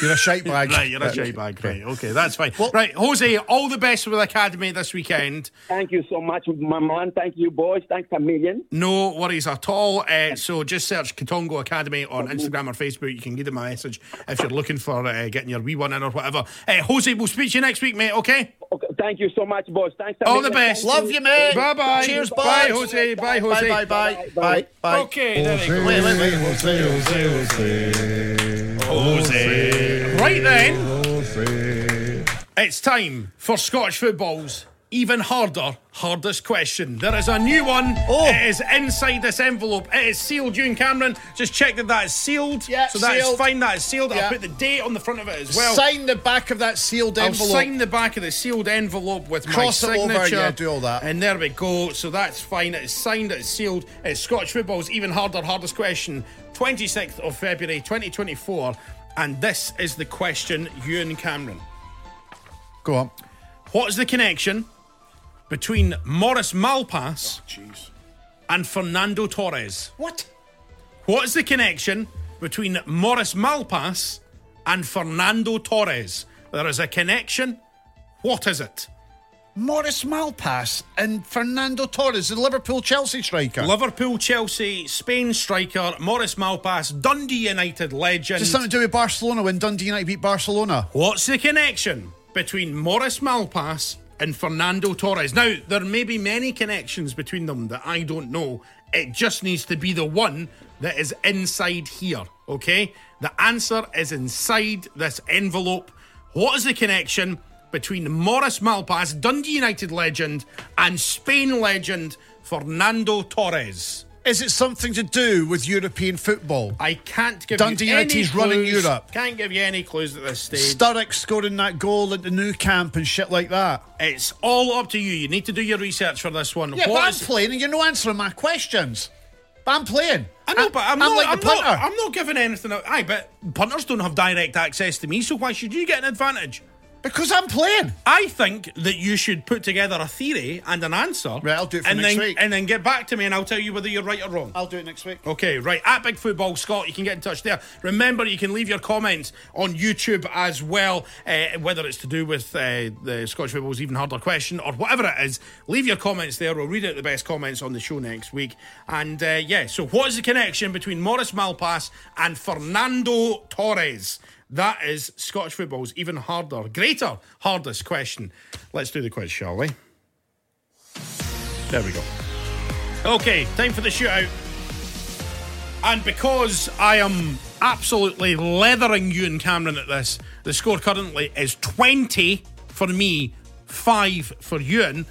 Speaker 3: You're a shite bag.
Speaker 2: Right, you're a shy bag. Right, okay, that's fine. right, Jose, all the best with Academy this weekend.
Speaker 11: Thank you so much, my man. Thank you, boys. Thanks a million.
Speaker 2: No worries at all. Uh, so just search Katongo Academy on Instagram or Facebook. You can give them a message if you're looking for uh, getting your wee one in or whatever. Uh, Jose, we'll speak to you next week, mate, okay?
Speaker 11: okay, thank you so much, boss. Thanks. a
Speaker 2: All the
Speaker 11: million.
Speaker 2: best.
Speaker 7: Love you, mate.
Speaker 2: Bye bye.
Speaker 7: Cheers, bud.
Speaker 2: Bye, Jose. Bye, Jose.
Speaker 7: Bye, bye, bye, bye, bye.
Speaker 2: Okay, there we go.
Speaker 7: Wait, wait, wait.
Speaker 6: Jose, Jose, Jose.
Speaker 2: Jose. Right then,
Speaker 6: Jose.
Speaker 2: it's time for Scottish football's even harder, hardest question. There is a new one.
Speaker 7: Oh.
Speaker 2: It is inside this envelope. It is sealed, June Cameron. Just check that that is sealed.
Speaker 7: Yeah,
Speaker 2: so that is
Speaker 7: sealed.
Speaker 2: fine. That is sealed.
Speaker 7: Yeah.
Speaker 2: I'll put the date on the front of it as well.
Speaker 7: Sign the back of that sealed
Speaker 2: I'll
Speaker 7: envelope.
Speaker 2: sign the back of the sealed envelope with
Speaker 7: Cross it
Speaker 2: my
Speaker 7: over,
Speaker 2: signature.
Speaker 7: yeah, do all that.
Speaker 2: And there we go. So that's fine. It's signed, it's sealed. It's Scottish football's even harder, hardest question. 26th of February 2024. And this is the question, Ewan Cameron.
Speaker 3: Go on.
Speaker 2: What is the connection between Morris Malpass and Fernando Torres?
Speaker 7: Oh, What?
Speaker 2: What is the connection between Morris Malpass and Fernando Torres? There is a connection. What is it?
Speaker 7: Morris Malpass and Fernando Torres, the Liverpool Chelsea striker.
Speaker 2: Liverpool, Chelsea, Spain striker Morris Malpass, Dundee United legend.
Speaker 7: Is it something to do with Barcelona when Dundee United beat Barcelona?
Speaker 2: What's the connection between Morris Malpass and Fernando Torres? Now, there may be many connections between them that I don't know. It just needs to be the one that is inside here, okay? The answer is inside this envelope. What is the connection between Morris Malpass, Dundee United legend, and Spain legend Fernando Torres?
Speaker 7: Is it something to do with European football?
Speaker 2: I can't give
Speaker 7: Dundee
Speaker 2: you any
Speaker 7: United's
Speaker 2: clues.
Speaker 7: running Europe.
Speaker 2: Can't give you any clues at this stage.
Speaker 7: Sturrock scoring that goal at the new camp and shit like that.
Speaker 2: It's all up to you. You need to do your research for this one.
Speaker 7: Yeah,
Speaker 2: What
Speaker 7: but
Speaker 2: is-
Speaker 7: I'm playing and you're not answering my questions. But I'm playing.
Speaker 2: I know, but I'm, not.
Speaker 7: like
Speaker 2: I'm,
Speaker 7: the punter.
Speaker 2: not I'm not giving anything. out. Aye, but punters don't have direct access to me, so why should you get an advantage?
Speaker 7: because I'm playing.
Speaker 2: I think that you should put together a theory and an answer.
Speaker 7: Right, I'll do it for
Speaker 2: and
Speaker 7: next
Speaker 2: then,
Speaker 7: week.
Speaker 2: And then get back to me, and I'll tell you whether you're right or wrong.
Speaker 7: I'll do it next week.
Speaker 2: Okay, right. At Big Football Scott, you can get in touch there. Remember, you can leave your comments on YouTube as well, uh, whether it's to do with uh, the Scottish Football's Even Harder Question or whatever it is. Leave your comments there. We'll read out the best comments on the show next week. And uh, yeah, so what is the connection between Morris Malpass and Fernando Torres? That is Scottish Football's Even Harder, Greater, Hardest Question. Let's do the quiz, shall we? There we go. Okay, time for the shootout. And because I am absolutely leathering you and Cameron at this, the score currently is 20 for me, 5 for Ewan.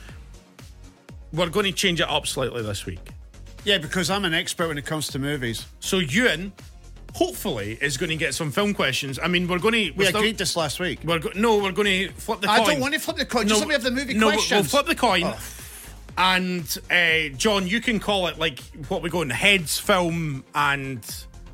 Speaker 2: We're going to change it up slightly this week.
Speaker 7: Yeah, because I'm an expert when it comes to movies.
Speaker 2: So Ewan, hopefully, is going to get some film questions. I mean, we're going to.
Speaker 7: We
Speaker 2: we're still-
Speaker 7: agreed this last week.
Speaker 2: We're go- no, we're going to flip the
Speaker 7: I
Speaker 2: coin.
Speaker 7: don't want to flip the coin. Just let me have the movie
Speaker 2: no, we'll-
Speaker 7: questions. Oh.
Speaker 2: We'll flip the coin. And uh, John, you can call it like what we're going heads, film, and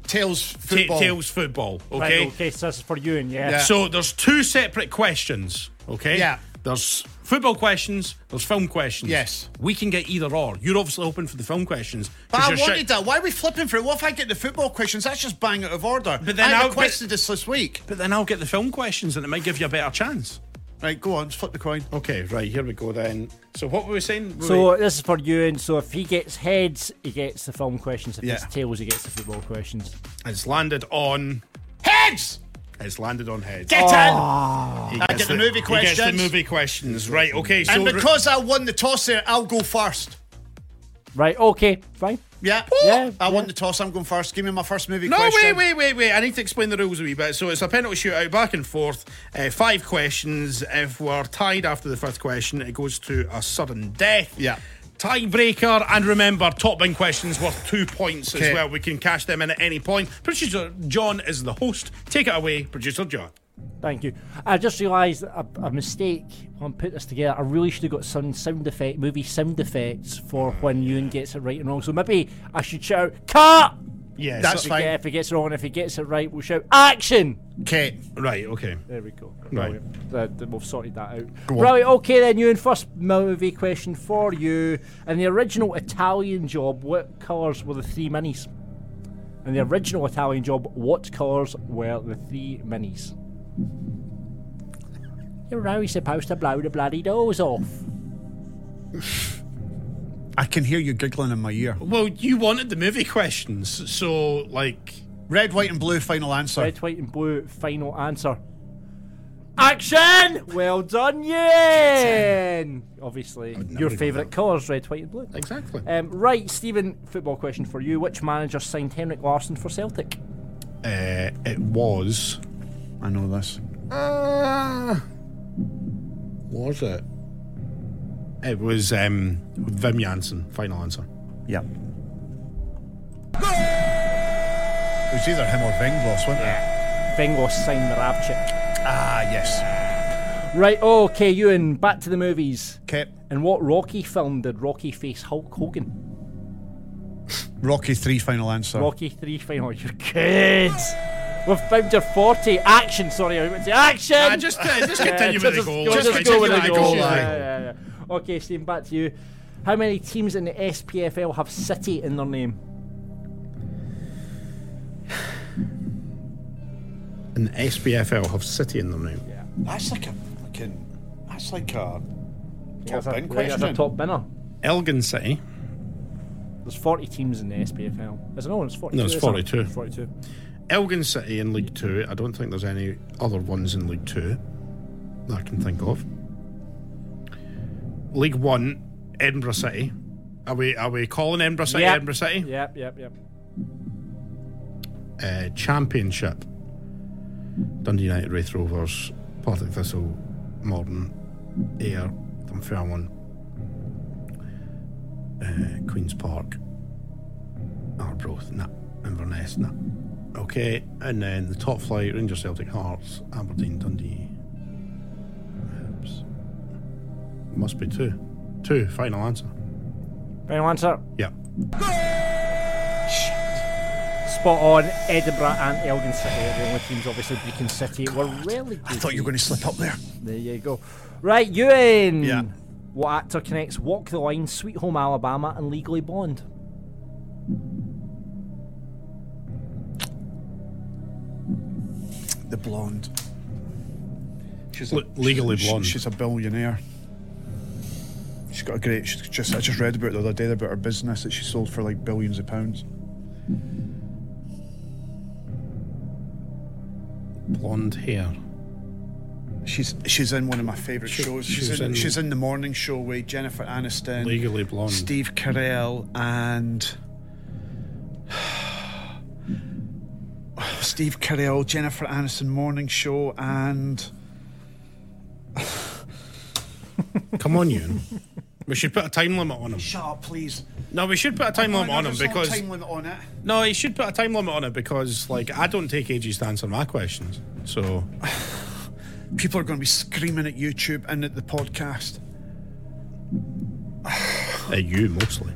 Speaker 7: Tails
Speaker 2: Ta-
Speaker 7: football.
Speaker 2: Tails football. Okay.
Speaker 5: Right, okay, so this is for you and yeah.
Speaker 2: So there's two separate questions. Okay.
Speaker 7: Yeah.
Speaker 2: There's football questions. There's film questions.
Speaker 7: Yes.
Speaker 2: We can get either or. You're obviously hoping for the film questions.
Speaker 7: But
Speaker 2: 'cause
Speaker 7: I
Speaker 2: you're
Speaker 7: wanted
Speaker 2: shit-
Speaker 7: that. Why are we flipping for it? What if I get the football questions? That's just bang out of order.
Speaker 2: But then
Speaker 7: I
Speaker 2: I'll-
Speaker 7: requested this this week.
Speaker 2: But then I'll get the film questions, and it might give you a better chance.
Speaker 7: Right, go on, flip the coin.
Speaker 2: Okay. Right. Here we go then. So what were we saying? Were
Speaker 5: So
Speaker 2: we-
Speaker 5: this is for you and so if he gets heads, he gets the film questions. If
Speaker 2: Yeah.
Speaker 5: it's tails, he gets the football questions.
Speaker 2: it's landed on.
Speaker 7: Heads!
Speaker 2: It's landed on heads.
Speaker 7: Get
Speaker 2: He
Speaker 7: I
Speaker 2: gets
Speaker 7: get the movie
Speaker 2: He gets
Speaker 7: questions.
Speaker 2: the movie questions. Right. Okay. So
Speaker 7: in! And
Speaker 2: re-
Speaker 7: because I won the toss there, I'll go first.
Speaker 5: Right, okay, fine.
Speaker 7: Yeah.
Speaker 5: Yeah,
Speaker 7: I won
Speaker 5: yeah.
Speaker 7: the toss, I'm going first. Give me my first movie
Speaker 2: No,
Speaker 7: question.
Speaker 2: wait, wait, wait, wait. I need to explain the rules a wee bit. So it's a penalty shootout, back and forth. Uh, five questions. If we're tied after the fifth question, it goes to a sudden death.
Speaker 7: Yeah.
Speaker 2: Tiebreaker, and remember, top bin questions worth two points as
Speaker 7: Okay.
Speaker 2: well. We can cash them in at any point. Producer John is the host. Take it away, producer John.
Speaker 5: Thank you. I just realised a, a mistake when putting this together. I really should have got some sound effect, movie sound effects for when Ewan gets it right and wrong. So maybe I should shout, cut!
Speaker 2: Yes.
Speaker 7: That's
Speaker 5: If he,
Speaker 7: fine.
Speaker 5: get- if he gets it wrong and if he gets it right, we'll shout, action!
Speaker 7: Okay.
Speaker 2: Right, okay.
Speaker 5: There we go.
Speaker 2: Right.
Speaker 5: Uh, th- we've sorted that out. Right, okay then, Ewan. First movie question for you. In the original Italian job, what colours were the three minis? In the original Italian job, what colours were the three minis? You're now supposed to blow the bloody doors off.
Speaker 7: I can hear you giggling in my ear.
Speaker 2: Well, you wanted the movie questions. So, like.
Speaker 7: Red, white, and blue, final answer.
Speaker 5: Red, white, and blue, final answer. Action! Well done, Yen! Obviously, your favourite colours, red, white, and blue.
Speaker 2: Exactly.
Speaker 5: Um, right, Stephen, football question for you. Which manager signed Henrik Larsson for Celtic?
Speaker 2: Uh, it was.
Speaker 3: I know this.
Speaker 2: Uh, was it? It was um, Vim Janssen. Final answer.
Speaker 3: Yeah. It was either him or Venglos, wasn't it?
Speaker 5: Venglos signed the Ravchik.
Speaker 3: Ah, yes.
Speaker 5: Right, okay, Ewan, back to the movies.
Speaker 3: Okay.
Speaker 5: In what Rocky film did Rocky face Hulk Hogan?
Speaker 3: Rocky 3 final answer.
Speaker 5: Rocky 3 final. You're good! We've found your 40. Action, sorry, I went to action!
Speaker 2: Ah, just, uh, just
Speaker 5: Yeah,
Speaker 2: continue with the
Speaker 5: just-
Speaker 2: goal.
Speaker 5: just
Speaker 2: Let's
Speaker 5: go
Speaker 2: continue
Speaker 5: with the
Speaker 2: with the
Speaker 5: goal.
Speaker 2: goal.
Speaker 5: Yeah, yeah, yeah, yeah. Okay, Stephen, back to you. How many teams in the SPFL have City in their name?
Speaker 2: And the SPFL have City in them now.
Speaker 7: That's like a fucking. That's like a.
Speaker 5: Yeah, that's a-
Speaker 7: bin
Speaker 5: yeah, that's a
Speaker 7: question.
Speaker 5: top winner.
Speaker 2: Elgin City.
Speaker 5: There's 40 teams in the SPFL. Is it no? It's 42.
Speaker 2: No, it's
Speaker 5: isn't it?
Speaker 2: 42.
Speaker 5: 42.
Speaker 2: Elgin City in League Two. I don't think there's any other ones in League Two that I can think of. League One, Edinburgh City. Are we are we calling Edinburgh City
Speaker 5: Yep.
Speaker 2: Edinburgh City?
Speaker 5: Yep, yep, yep.
Speaker 2: Uh, championship. Dundee United, Wraith Rovers, Partick Thistle, Morton, Ayr, Dunfermline, uh, Queens Park, Arbroath, nah, Inverness, nah. Okay, and then the top flight: Rangers, Celtic, Hearts, Aberdeen, Dundee. Hibs. Must be two. Two. Final answer.
Speaker 5: Final answer.
Speaker 2: Yeah.
Speaker 5: Spot on. Edinburgh and Elgin City are the only teams, obviously, Beacon City. We're really
Speaker 3: I thought you were going to slip up there.
Speaker 5: There you go. Right, Ewan.
Speaker 3: Yeah.
Speaker 5: What actor connects Walk the Line, Sweet Home Alabama, and Legally Blonde?
Speaker 3: The blonde. She's
Speaker 2: Le- legally
Speaker 3: she-
Speaker 2: blonde.
Speaker 3: she's a billionaire. She's got a great. She's just. I just read about it the other day about her business that she sold for like billions of pounds.
Speaker 2: Blonde hair.
Speaker 3: She's she's in one of my favourite shows. She's,
Speaker 2: she's
Speaker 3: in,
Speaker 2: in-
Speaker 3: she's in the morning show with Jennifer Aniston,
Speaker 2: Legally blonde.
Speaker 3: Steve Carell, and Steve Carell, Jennifer Aniston morning show, and
Speaker 2: Come on, Ewan. We should put a time limit on him.
Speaker 3: shut up, please.
Speaker 2: No, we should put a time limit on him
Speaker 3: There's no
Speaker 2: because
Speaker 3: time limit on it.
Speaker 2: no, he should put a time limit on it because like I don't take ages to answer my questions. So
Speaker 3: people are going to be screaming at YouTube and at the podcast.
Speaker 2: uh, you mostly.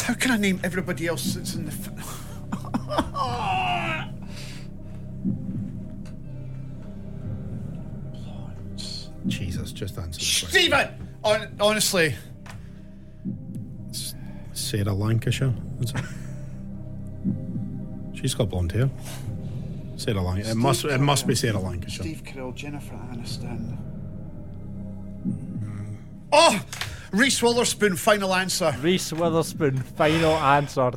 Speaker 3: How can I name everybody else that's in the? F-
Speaker 2: Jesus, just answer. the question.
Speaker 3: Stephen, Hon- honestly,
Speaker 2: Sarah Lancashire. Is it? She's got blonde hair. Sarah Lancashire. It must. It must be Sarah Lancashire.
Speaker 3: Steve Carell, Jennifer Aniston. Oh, Reese Witherspoon. Final answer.
Speaker 5: Reese Witherspoon, final answer.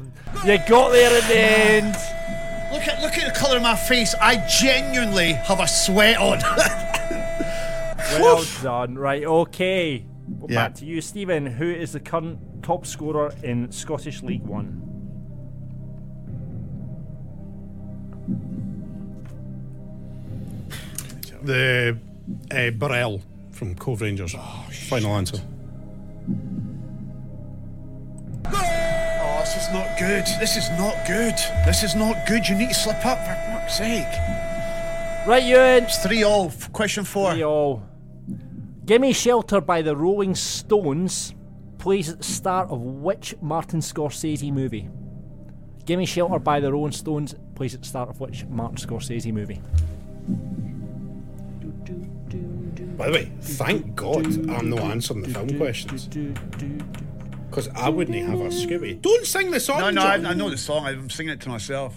Speaker 5: You got there in the end.
Speaker 3: Look at look at the colour of my face. I genuinely have a sweat on.
Speaker 5: Well done. Right, okay. Well,
Speaker 3: Yeah.
Speaker 5: Back to you, Stephen. Who is the current top scorer in Scottish League One?
Speaker 2: The uh, Burrell from Cove Rangers. Final answer.
Speaker 3: oh, this is not good. This is not good. This is not good. You need to slip up for fuck's sake.
Speaker 5: Right, Ewan.
Speaker 3: It's three
Speaker 7: oh,
Speaker 3: all. F- Question four.
Speaker 5: Hey, all. Gimme Shelter by the Rolling Stones plays at the start of which Martin Scorsese movie? Gimme Shelter by the Rolling Stones plays at the start of which Martin Scorsese movie?
Speaker 2: By the way, thank God I'm not answering the film questions because I wouldn't have a Scooby. Don't sing the song.
Speaker 3: No, no, I,
Speaker 2: John.
Speaker 3: I know the song. I'm singing it to myself.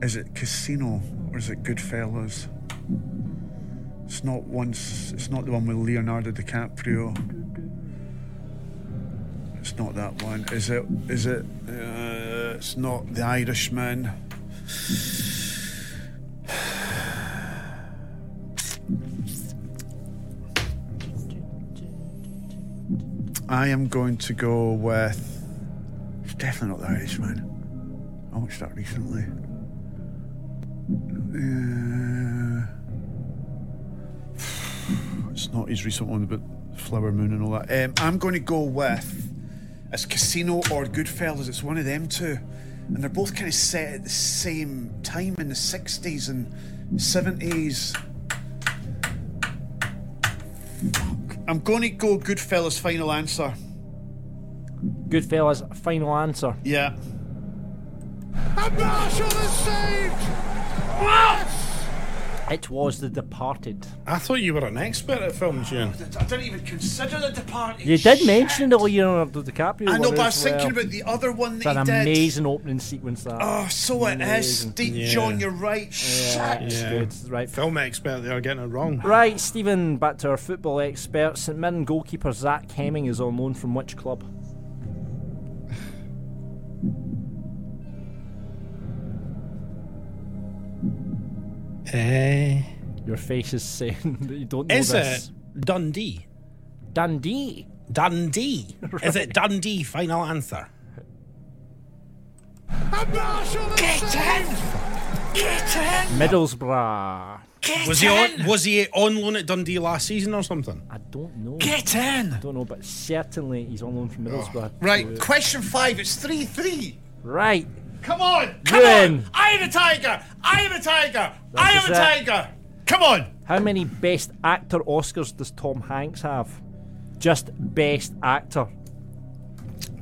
Speaker 3: Is it Casino or is it Goodfellas? It's not once. It's not the one with Leonardo DiCaprio. It's not that one. Is it? Is it? Uh, it's not The Irishman. I am going to go with. It's definitely not the Irishman. I watched that recently. Uh, it's not his recent one, but Flower Moon and all that. Um, I'm going to go with. It's Casino or Goodfellas. It's one of them two. And they're both kind of set at the same time in the 60s and 70s. I'm going to go Goodfellas final answer.
Speaker 5: Goodfellas, final answer.
Speaker 3: Yeah.
Speaker 6: And Marshall is saved!
Speaker 5: It was The Departed.
Speaker 2: I thought you were an expert at films, June.
Speaker 3: I didn't even consider the departed.
Speaker 5: You did mention the Leonardo DiCaprio.
Speaker 3: I know,
Speaker 5: one
Speaker 3: but I
Speaker 5: as
Speaker 3: was thinking
Speaker 5: well.
Speaker 3: about the other one
Speaker 5: It's
Speaker 3: that
Speaker 5: an
Speaker 3: he did.
Speaker 5: amazing opening sequence. That.
Speaker 3: Oh, so it is.
Speaker 5: Amazing.
Speaker 3: Deep
Speaker 2: Yeah.
Speaker 3: John, you're right.
Speaker 5: Yeah,
Speaker 3: Shit.
Speaker 5: it's
Speaker 2: Yeah.
Speaker 5: good. Right.
Speaker 2: Film expert, they are getting it wrong.
Speaker 5: Right, Stephen, back to our football expert. St Mirren goalkeeper Zach Hemming is on loan from which club?
Speaker 2: Eh,
Speaker 5: Your face is saying that you don't know
Speaker 2: is
Speaker 5: this.
Speaker 2: it Dundee?
Speaker 5: Dundee.
Speaker 2: Dundee. Is it Dundee? Final answer.
Speaker 6: And Marshall is saved!
Speaker 5: Middlesbrough.
Speaker 2: Was he on, was he on loan at Dundee last season or something?
Speaker 5: I don't know.
Speaker 7: Get in! Oh.
Speaker 5: don't know, but certainly he's on loan from Middlesbrough.
Speaker 7: Right, question five. It's 3 3.
Speaker 5: Right.
Speaker 7: Come on! Come
Speaker 5: Ewan.
Speaker 7: on! I am a tiger! I am a tiger! I
Speaker 5: That's
Speaker 7: am a
Speaker 5: it.
Speaker 7: tiger! Come on!
Speaker 5: How many Best Actor Oscars does Tom Hanks have? Just Best Actor.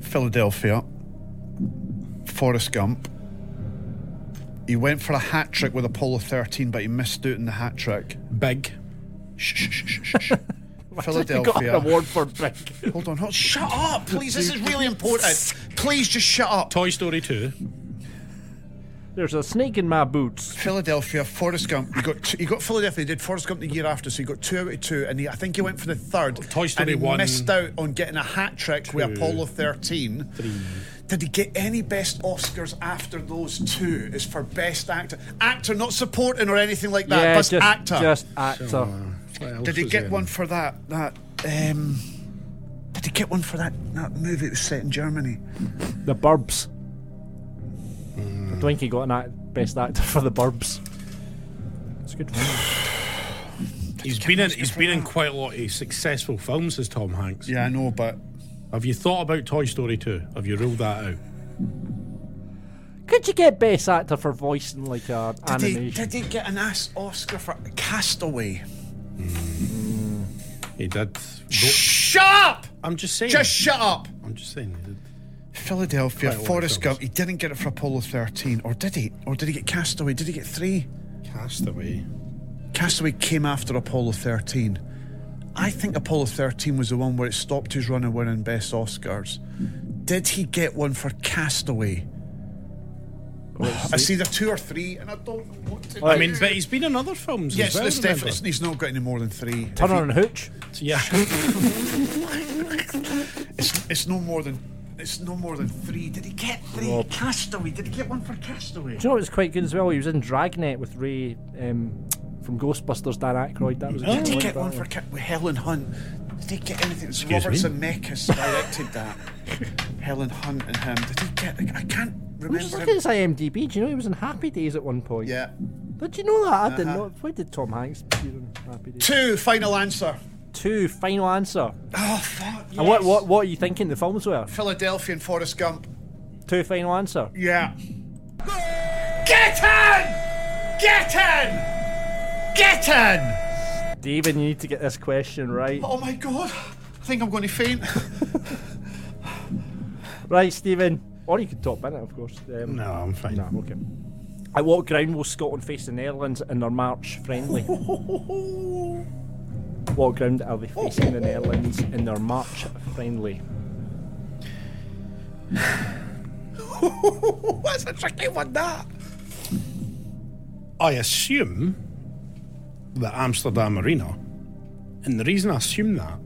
Speaker 3: Philadelphia. Forrest Gump. He went for a hat trick with Apollo 13, but he missed out in the hat trick.
Speaker 2: Big.
Speaker 3: Shh, shh, shh, shh, shh, shh.
Speaker 5: Got an
Speaker 3: Philadelphia.
Speaker 5: award for Big.
Speaker 3: Hold on, hold, shut up, please. This is really important. Please just shut up.
Speaker 2: Toy Story 2.
Speaker 5: There's a snake in my boots.
Speaker 3: Philadelphia, Forrest Gump. You got two, you got Philadelphia. He did Forrest Gump the year after, so he got two out of two, and he, I think he went for the third.
Speaker 2: Toy Story
Speaker 3: and he
Speaker 2: one.
Speaker 3: missed out on getting a hat trick with Apollo thirteen. Did he get any best Oscars after those two? Is for best actor, actor, not supporting or anything like that.
Speaker 5: yeah,
Speaker 3: best
Speaker 5: just
Speaker 3: actor.
Speaker 5: Just actor.
Speaker 3: did he get one for that? That. Um, did he get one for that, that movie that was set in Germany?
Speaker 5: The Burbs. I think he got an act- Best Actor for The Burbs. It's a good one.
Speaker 2: He's been in. He's been in quite a lot of successful films as Tom Hanks.
Speaker 3: Yeah, I know, but
Speaker 2: Have you thought about Toy Story 2? Have you ruled that out?
Speaker 5: Could you get Best Actor for voicing like a
Speaker 3: did
Speaker 5: animation?
Speaker 3: he, did he get an ass Oscar for Castaway?
Speaker 2: He did.
Speaker 3: Shut up!
Speaker 2: I'm just saying.
Speaker 3: Just shut up!
Speaker 2: I'm just saying. He did.
Speaker 3: Philadelphia,
Speaker 2: Quite a lot of
Speaker 3: Forrest
Speaker 2: films.
Speaker 3: Gump. He didn't get it for Apollo 13, or did he? Or did he get Castaway? Did he get three?
Speaker 2: Castaway.
Speaker 3: Castaway came after Apollo 13. I think Apollo 13 was the one where it stopped his run of winning Best Oscars. Did he get one for Castaway? It's either two or three, and I don't know what to
Speaker 2: I
Speaker 3: do.
Speaker 2: mean, but he's been in other films.
Speaker 3: yes,
Speaker 2: as well,
Speaker 3: this
Speaker 2: remember?
Speaker 3: definitely, he's not got any more than three. If
Speaker 5: Turner
Speaker 3: he-
Speaker 5: and Hooch.
Speaker 2: Yeah.
Speaker 3: It's, it's no more than it's no more than three. Did he get three? Castaway. Did he get one for Castaway?
Speaker 5: Do you know what was quite good as well? He was in Dragnet with Ray um, from Ghostbusters, Dan Aykroyd. That was a good
Speaker 3: Did he
Speaker 5: one,
Speaker 3: get
Speaker 5: that
Speaker 3: one for Ca- with Helen Hunt? Did he get anything? It's
Speaker 2: Excuse
Speaker 3: Robert
Speaker 2: me?
Speaker 3: Zemeckis directed that. Helen Hunt and him. Did he get? I can't
Speaker 5: I'm just
Speaker 3: remember.
Speaker 5: looking at his IMDb. Do you know he was in Happy Days at one point?
Speaker 3: Yeah.
Speaker 5: Did you know that? I didn't know. Why did Tom Hanks appear in Happy Days?
Speaker 3: Two. Final answer.
Speaker 5: Two. Final answer.
Speaker 3: Oh fuck. Yes.
Speaker 5: And what, what what are you thinking the films were?
Speaker 3: Philadelphia and Forrest Gump.
Speaker 5: Two. Final answer.
Speaker 3: Yeah. Get in! Get in! Get in!
Speaker 5: David, you need to get this question right.
Speaker 3: Oh my god. I think I'm going to faint.
Speaker 5: Right, Stephen. Or you could top in it, of course. Um,
Speaker 2: no, I'm fine.
Speaker 5: Nah, okay. At what ground will Scotland face the Netherlands in their March friendly? what ground are they facing the Netherlands in their March friendly?
Speaker 3: That's a tricky one. That.
Speaker 2: I assume that Amsterdam Arena, and the reason I assume that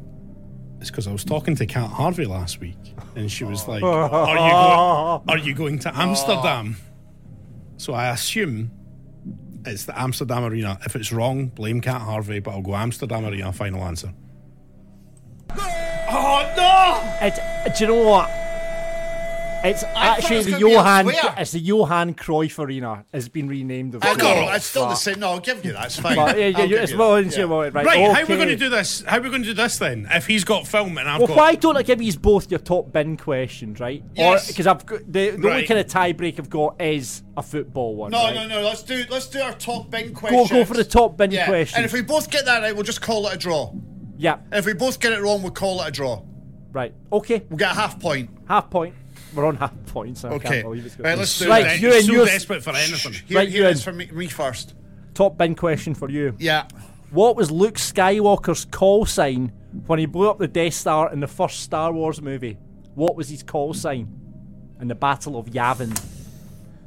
Speaker 2: is because I was talking to Kat Harvey last week, and she was like, "Are you go- are you going to Amsterdam?" So I assume it's the Amsterdam Arena. If it's wrong, blame Kat Harvey, but I'll go Amsterdam Arena. Final answer. Oh no!
Speaker 5: It's do you know what? It's
Speaker 3: thought
Speaker 5: actually
Speaker 3: it was
Speaker 5: the
Speaker 3: gonna be
Speaker 5: Johan.
Speaker 3: elsewhere.
Speaker 5: It's the Johan Cruyff Arena. It's been renamed.
Speaker 3: I
Speaker 5: course.
Speaker 3: know, it's still the same. No, I'll give you that. It's fine.
Speaker 5: But, yeah, yeah,
Speaker 3: I'll
Speaker 5: you-
Speaker 3: give
Speaker 5: it's
Speaker 3: you
Speaker 5: well
Speaker 3: that.
Speaker 5: into your wallet, right?
Speaker 2: Right, how are we
Speaker 5: okay.
Speaker 2: going to do this? How are we going to do this then? If he's got film and I've
Speaker 5: Well,
Speaker 2: got.
Speaker 5: why don't I give you both your top bin questions, right?
Speaker 3: Yes.
Speaker 5: Because I've got the, the only
Speaker 2: Right.
Speaker 5: kind of tie break I've got is a football one.
Speaker 3: No,
Speaker 5: right?
Speaker 3: no, no. Let's do let's do our top bin
Speaker 5: Go
Speaker 3: questions.
Speaker 5: go for the top bin
Speaker 3: Yeah,
Speaker 5: question.
Speaker 3: and if we both get that right, we'll just call it a draw.
Speaker 5: yeah,
Speaker 3: If we both get it wrong, we'll call it a draw.
Speaker 5: right. Okay,
Speaker 3: We'll get a half point.
Speaker 5: half point. We're on half points. So I
Speaker 3: Okay.
Speaker 5: can't believe it's
Speaker 3: Right, let's do
Speaker 5: Right,
Speaker 3: it.
Speaker 5: you and
Speaker 2: so
Speaker 5: yours-
Speaker 2: desperate for anything.
Speaker 3: Here,
Speaker 5: right,
Speaker 3: here
Speaker 5: you
Speaker 3: it is
Speaker 5: in.
Speaker 3: for me, me first.
Speaker 5: Top bin question for you.
Speaker 3: Yeah.
Speaker 5: What was Luke Skywalker's call sign when he blew up the Death Star in the first Star Wars movie? What was his call sign in the Battle of Yavin?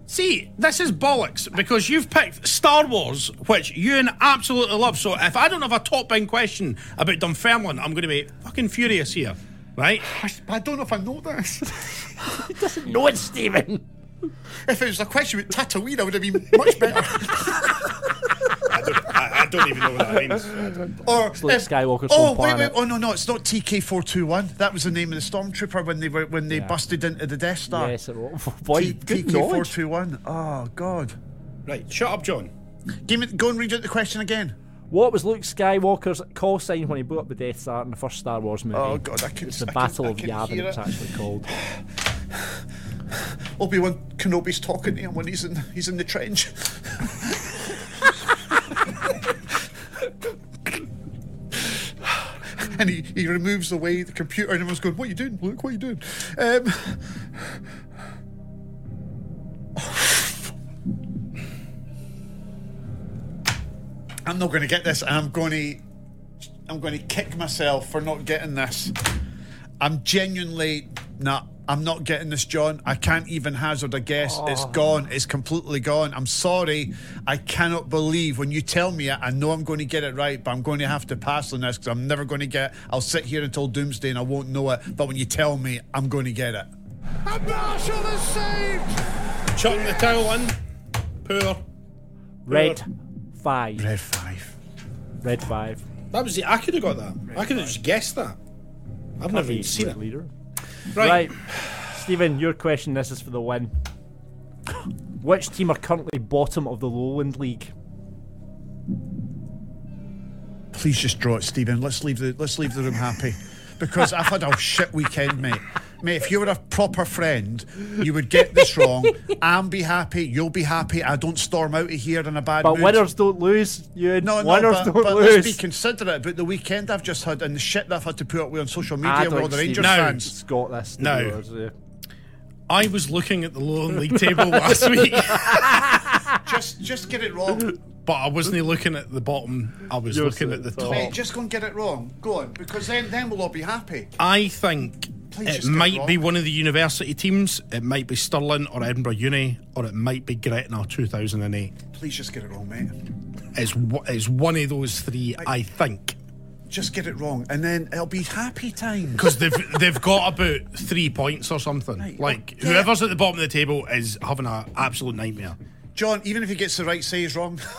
Speaker 2: See, this is bollocks because you've picked Star Wars, which Ewan absolutely loves. So if I don't have a top end question about Dunfermline, I'm going to be fucking furious here, right?
Speaker 3: I, I don't know if I know this.
Speaker 5: No, it's Steven.
Speaker 3: if it was a question with Tatooine, I would have been much better.
Speaker 2: I, I don't even know what that means.
Speaker 3: or
Speaker 5: like
Speaker 3: if-
Speaker 5: Skywalker's
Speaker 3: Oh
Speaker 5: home
Speaker 3: wait, wait.
Speaker 5: planet.
Speaker 3: Oh no, no, it's not TK four two one. That was the name of the stormtrooper when they were when they busted into the Death Star.
Speaker 5: Yes, it was. Boy, good
Speaker 3: TK four
Speaker 5: knowledge.
Speaker 3: two one. Oh god.
Speaker 2: Right, shut up, John.
Speaker 3: Give me, go and read out the question again.
Speaker 5: What was Luke Skywalker's call sign when he blew up the Death Star in the first Star Wars movie?
Speaker 3: Oh god, I can.
Speaker 5: It's the
Speaker 3: I can-
Speaker 5: Battle
Speaker 3: I
Speaker 5: of
Speaker 3: can
Speaker 5: Yavin,
Speaker 3: hear
Speaker 5: it's
Speaker 3: it.
Speaker 5: actually called.
Speaker 3: Obi Wan Kenobi's talking to him when he's in he's in the trench. and he, he removes away the computer and everyone's going, What are you doing, Luke? What are you doing? Um, I'm not gonna get this and I'm gonna I'm gonna kick myself for not getting this. I'm genuinely nah. I'm not getting this, John. I can't even hazard a guess. It's gone. It's completely gone. I'm sorry. I cannot believe when you tell me it. I know I'm going to get it right, but I'm going to have to pass on this because I'm never going to get. I'll sit here until doomsday and I won't know it. But when you tell me, I'm going to get it.
Speaker 2: Chucking the towel in. Poor.
Speaker 5: Red Five.
Speaker 3: Red five.
Speaker 5: Red Five.
Speaker 2: That was the. I could have got that. I could have just guessed that. I've never even seen it.
Speaker 5: leader.
Speaker 2: Right.
Speaker 5: Right, Stephen, your question. This is for the win. Which team are currently bottom of the Lowland League?
Speaker 3: Please just draw it, Stephen. Let's leave the let's leave the room happy, because I've had a shit weekend, mate. Mate, if you were a proper friend, you would get this wrong. I'm be happy. You'll be happy. I don't storm out of here in a bad
Speaker 5: But
Speaker 3: mood.
Speaker 5: winners don't lose. You
Speaker 3: no, no,
Speaker 5: winners
Speaker 3: but,
Speaker 5: don't
Speaker 3: but
Speaker 5: lose.
Speaker 3: let's be considerate about the weekend I've just had and the shit that I've had to put up with on social
Speaker 5: I
Speaker 3: media with all the Rangers
Speaker 5: no.
Speaker 3: fans.
Speaker 5: Got this.
Speaker 2: No.
Speaker 5: Steven, uh,
Speaker 2: I was looking at the Lowland League table last week,
Speaker 3: Just, just get it wrong.
Speaker 2: but I wasn't looking at the bottom. I was looking at the top.
Speaker 3: Mate, just go and get it wrong. Go on, because then, then we'll all be happy.
Speaker 2: I think
Speaker 3: Please
Speaker 2: it
Speaker 3: just get it
Speaker 2: might be
Speaker 3: wrong.
Speaker 2: one of the university teams. It might be Stirling or Edinburgh Uni, or it might be Gretna 2008.
Speaker 3: Please just get it wrong, mate.
Speaker 2: It's, wo- it's one of those three, I think.
Speaker 3: Just get it wrong, and then it'll be happy time.
Speaker 2: Because they've, they've got about three points or something.
Speaker 3: Right,
Speaker 2: like,
Speaker 3: well, yeah.
Speaker 2: whoever's at the bottom of the table is having an absolute nightmare.
Speaker 3: John, even if he gets the right size wrong.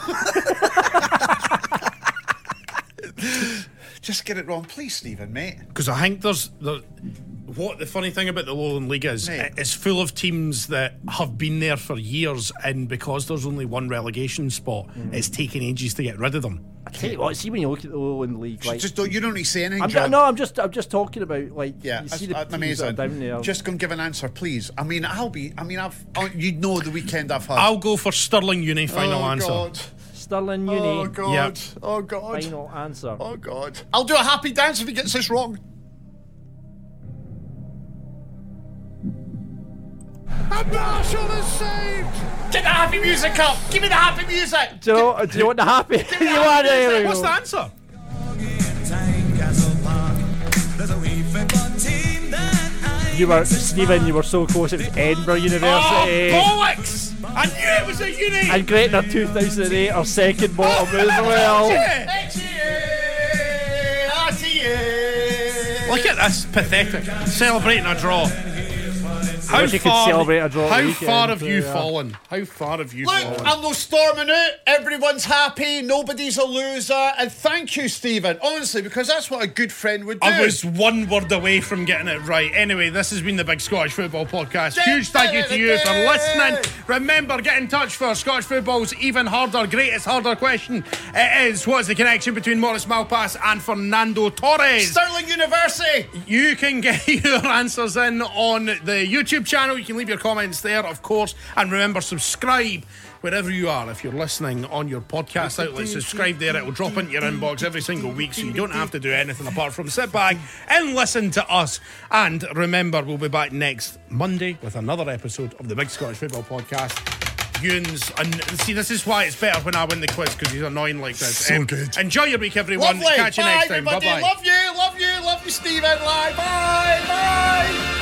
Speaker 3: Just get it wrong, please, Stephen, mate.
Speaker 2: Because I think there's, there, what the funny thing about the Lowland League is,
Speaker 3: Mate.
Speaker 2: it's full of teams that have been there for years, and because there's only one relegation spot,
Speaker 3: Mm.
Speaker 2: it's taking ages to get rid of them.
Speaker 5: I tell you what. See when you look at the Lowland League, like
Speaker 3: Just don't, you don't need to say anything,
Speaker 5: I'm,
Speaker 3: John.
Speaker 5: no, I'm just, I'm just talking about like
Speaker 3: Yeah,
Speaker 5: you see
Speaker 3: that's-
Speaker 5: the
Speaker 3: that's
Speaker 5: teams that are
Speaker 3: amazing.
Speaker 5: down there.
Speaker 3: Just go and give an answer, please. I mean, I'll be. I mean, I've. oh, You know the weekend I've had.
Speaker 2: I'll go for Sterling Uni final
Speaker 3: oh,
Speaker 2: answer.
Speaker 3: God.
Speaker 5: Stirling
Speaker 3: Oh
Speaker 5: Uni.
Speaker 3: God. Oh God.
Speaker 5: final answer.
Speaker 3: Oh God. I'll do a happy dance if he gets this wrong. And Marshall is saved. Get the happy music up. Give me the happy music.
Speaker 5: Do you, know, do you want the happy? you want it? Here we
Speaker 2: What's
Speaker 5: go.
Speaker 2: the answer?
Speaker 5: You were Stephen. You were so close. It was Edinburgh University.
Speaker 2: Oh, bollocks! I knew it was a uni!
Speaker 5: and Gretna 2008 are second bottom as well.
Speaker 2: Look at this, pathetic. Celebrating a draw. How
Speaker 5: wish you could
Speaker 2: far-
Speaker 5: celebrate a draw at the
Speaker 2: How
Speaker 5: weekend,
Speaker 2: far have
Speaker 5: so,
Speaker 2: you
Speaker 5: yeah.
Speaker 2: fallen? How far have you
Speaker 7: Look,
Speaker 2: fallen?
Speaker 7: I'm no storming out. Everyone's happy. Nobody's a loser. And thank you, Stephen. Honestly, because that's what a good friend would do.
Speaker 2: I was one word away from getting it right. Anyway, this has been the Big Scottish Football Podcast. Huge thank you to you for listening. Remember, get in touch for Scottish Football's even harder, greatest harder question. It is what's the connection between Morris Malpass and Fernando Torres?
Speaker 7: Sterling University.
Speaker 2: You can get your answers in on the YouTube channel. You can leave your comments there, of course. And remember, subscribe wherever you are. If you're listening on your podcast outlet, subscribe there. It will drop into your inbox every single week, so you don't have to do anything apart from sit back and listen to us. And remember, we'll be back next Monday with another episode of the Big Scottish Football Podcast. Ewan's, and see, this is why it's better when I win the quiz because he's annoying like this. Um,
Speaker 7: So good.
Speaker 2: Enjoy your week, everyone.
Speaker 7: Lovely.
Speaker 2: Catch you
Speaker 7: bye,
Speaker 2: next time.
Speaker 7: everybody.
Speaker 2: Bye bye.
Speaker 7: Love you. Love you. Love you, Stephen. Bye. Bye. Bye.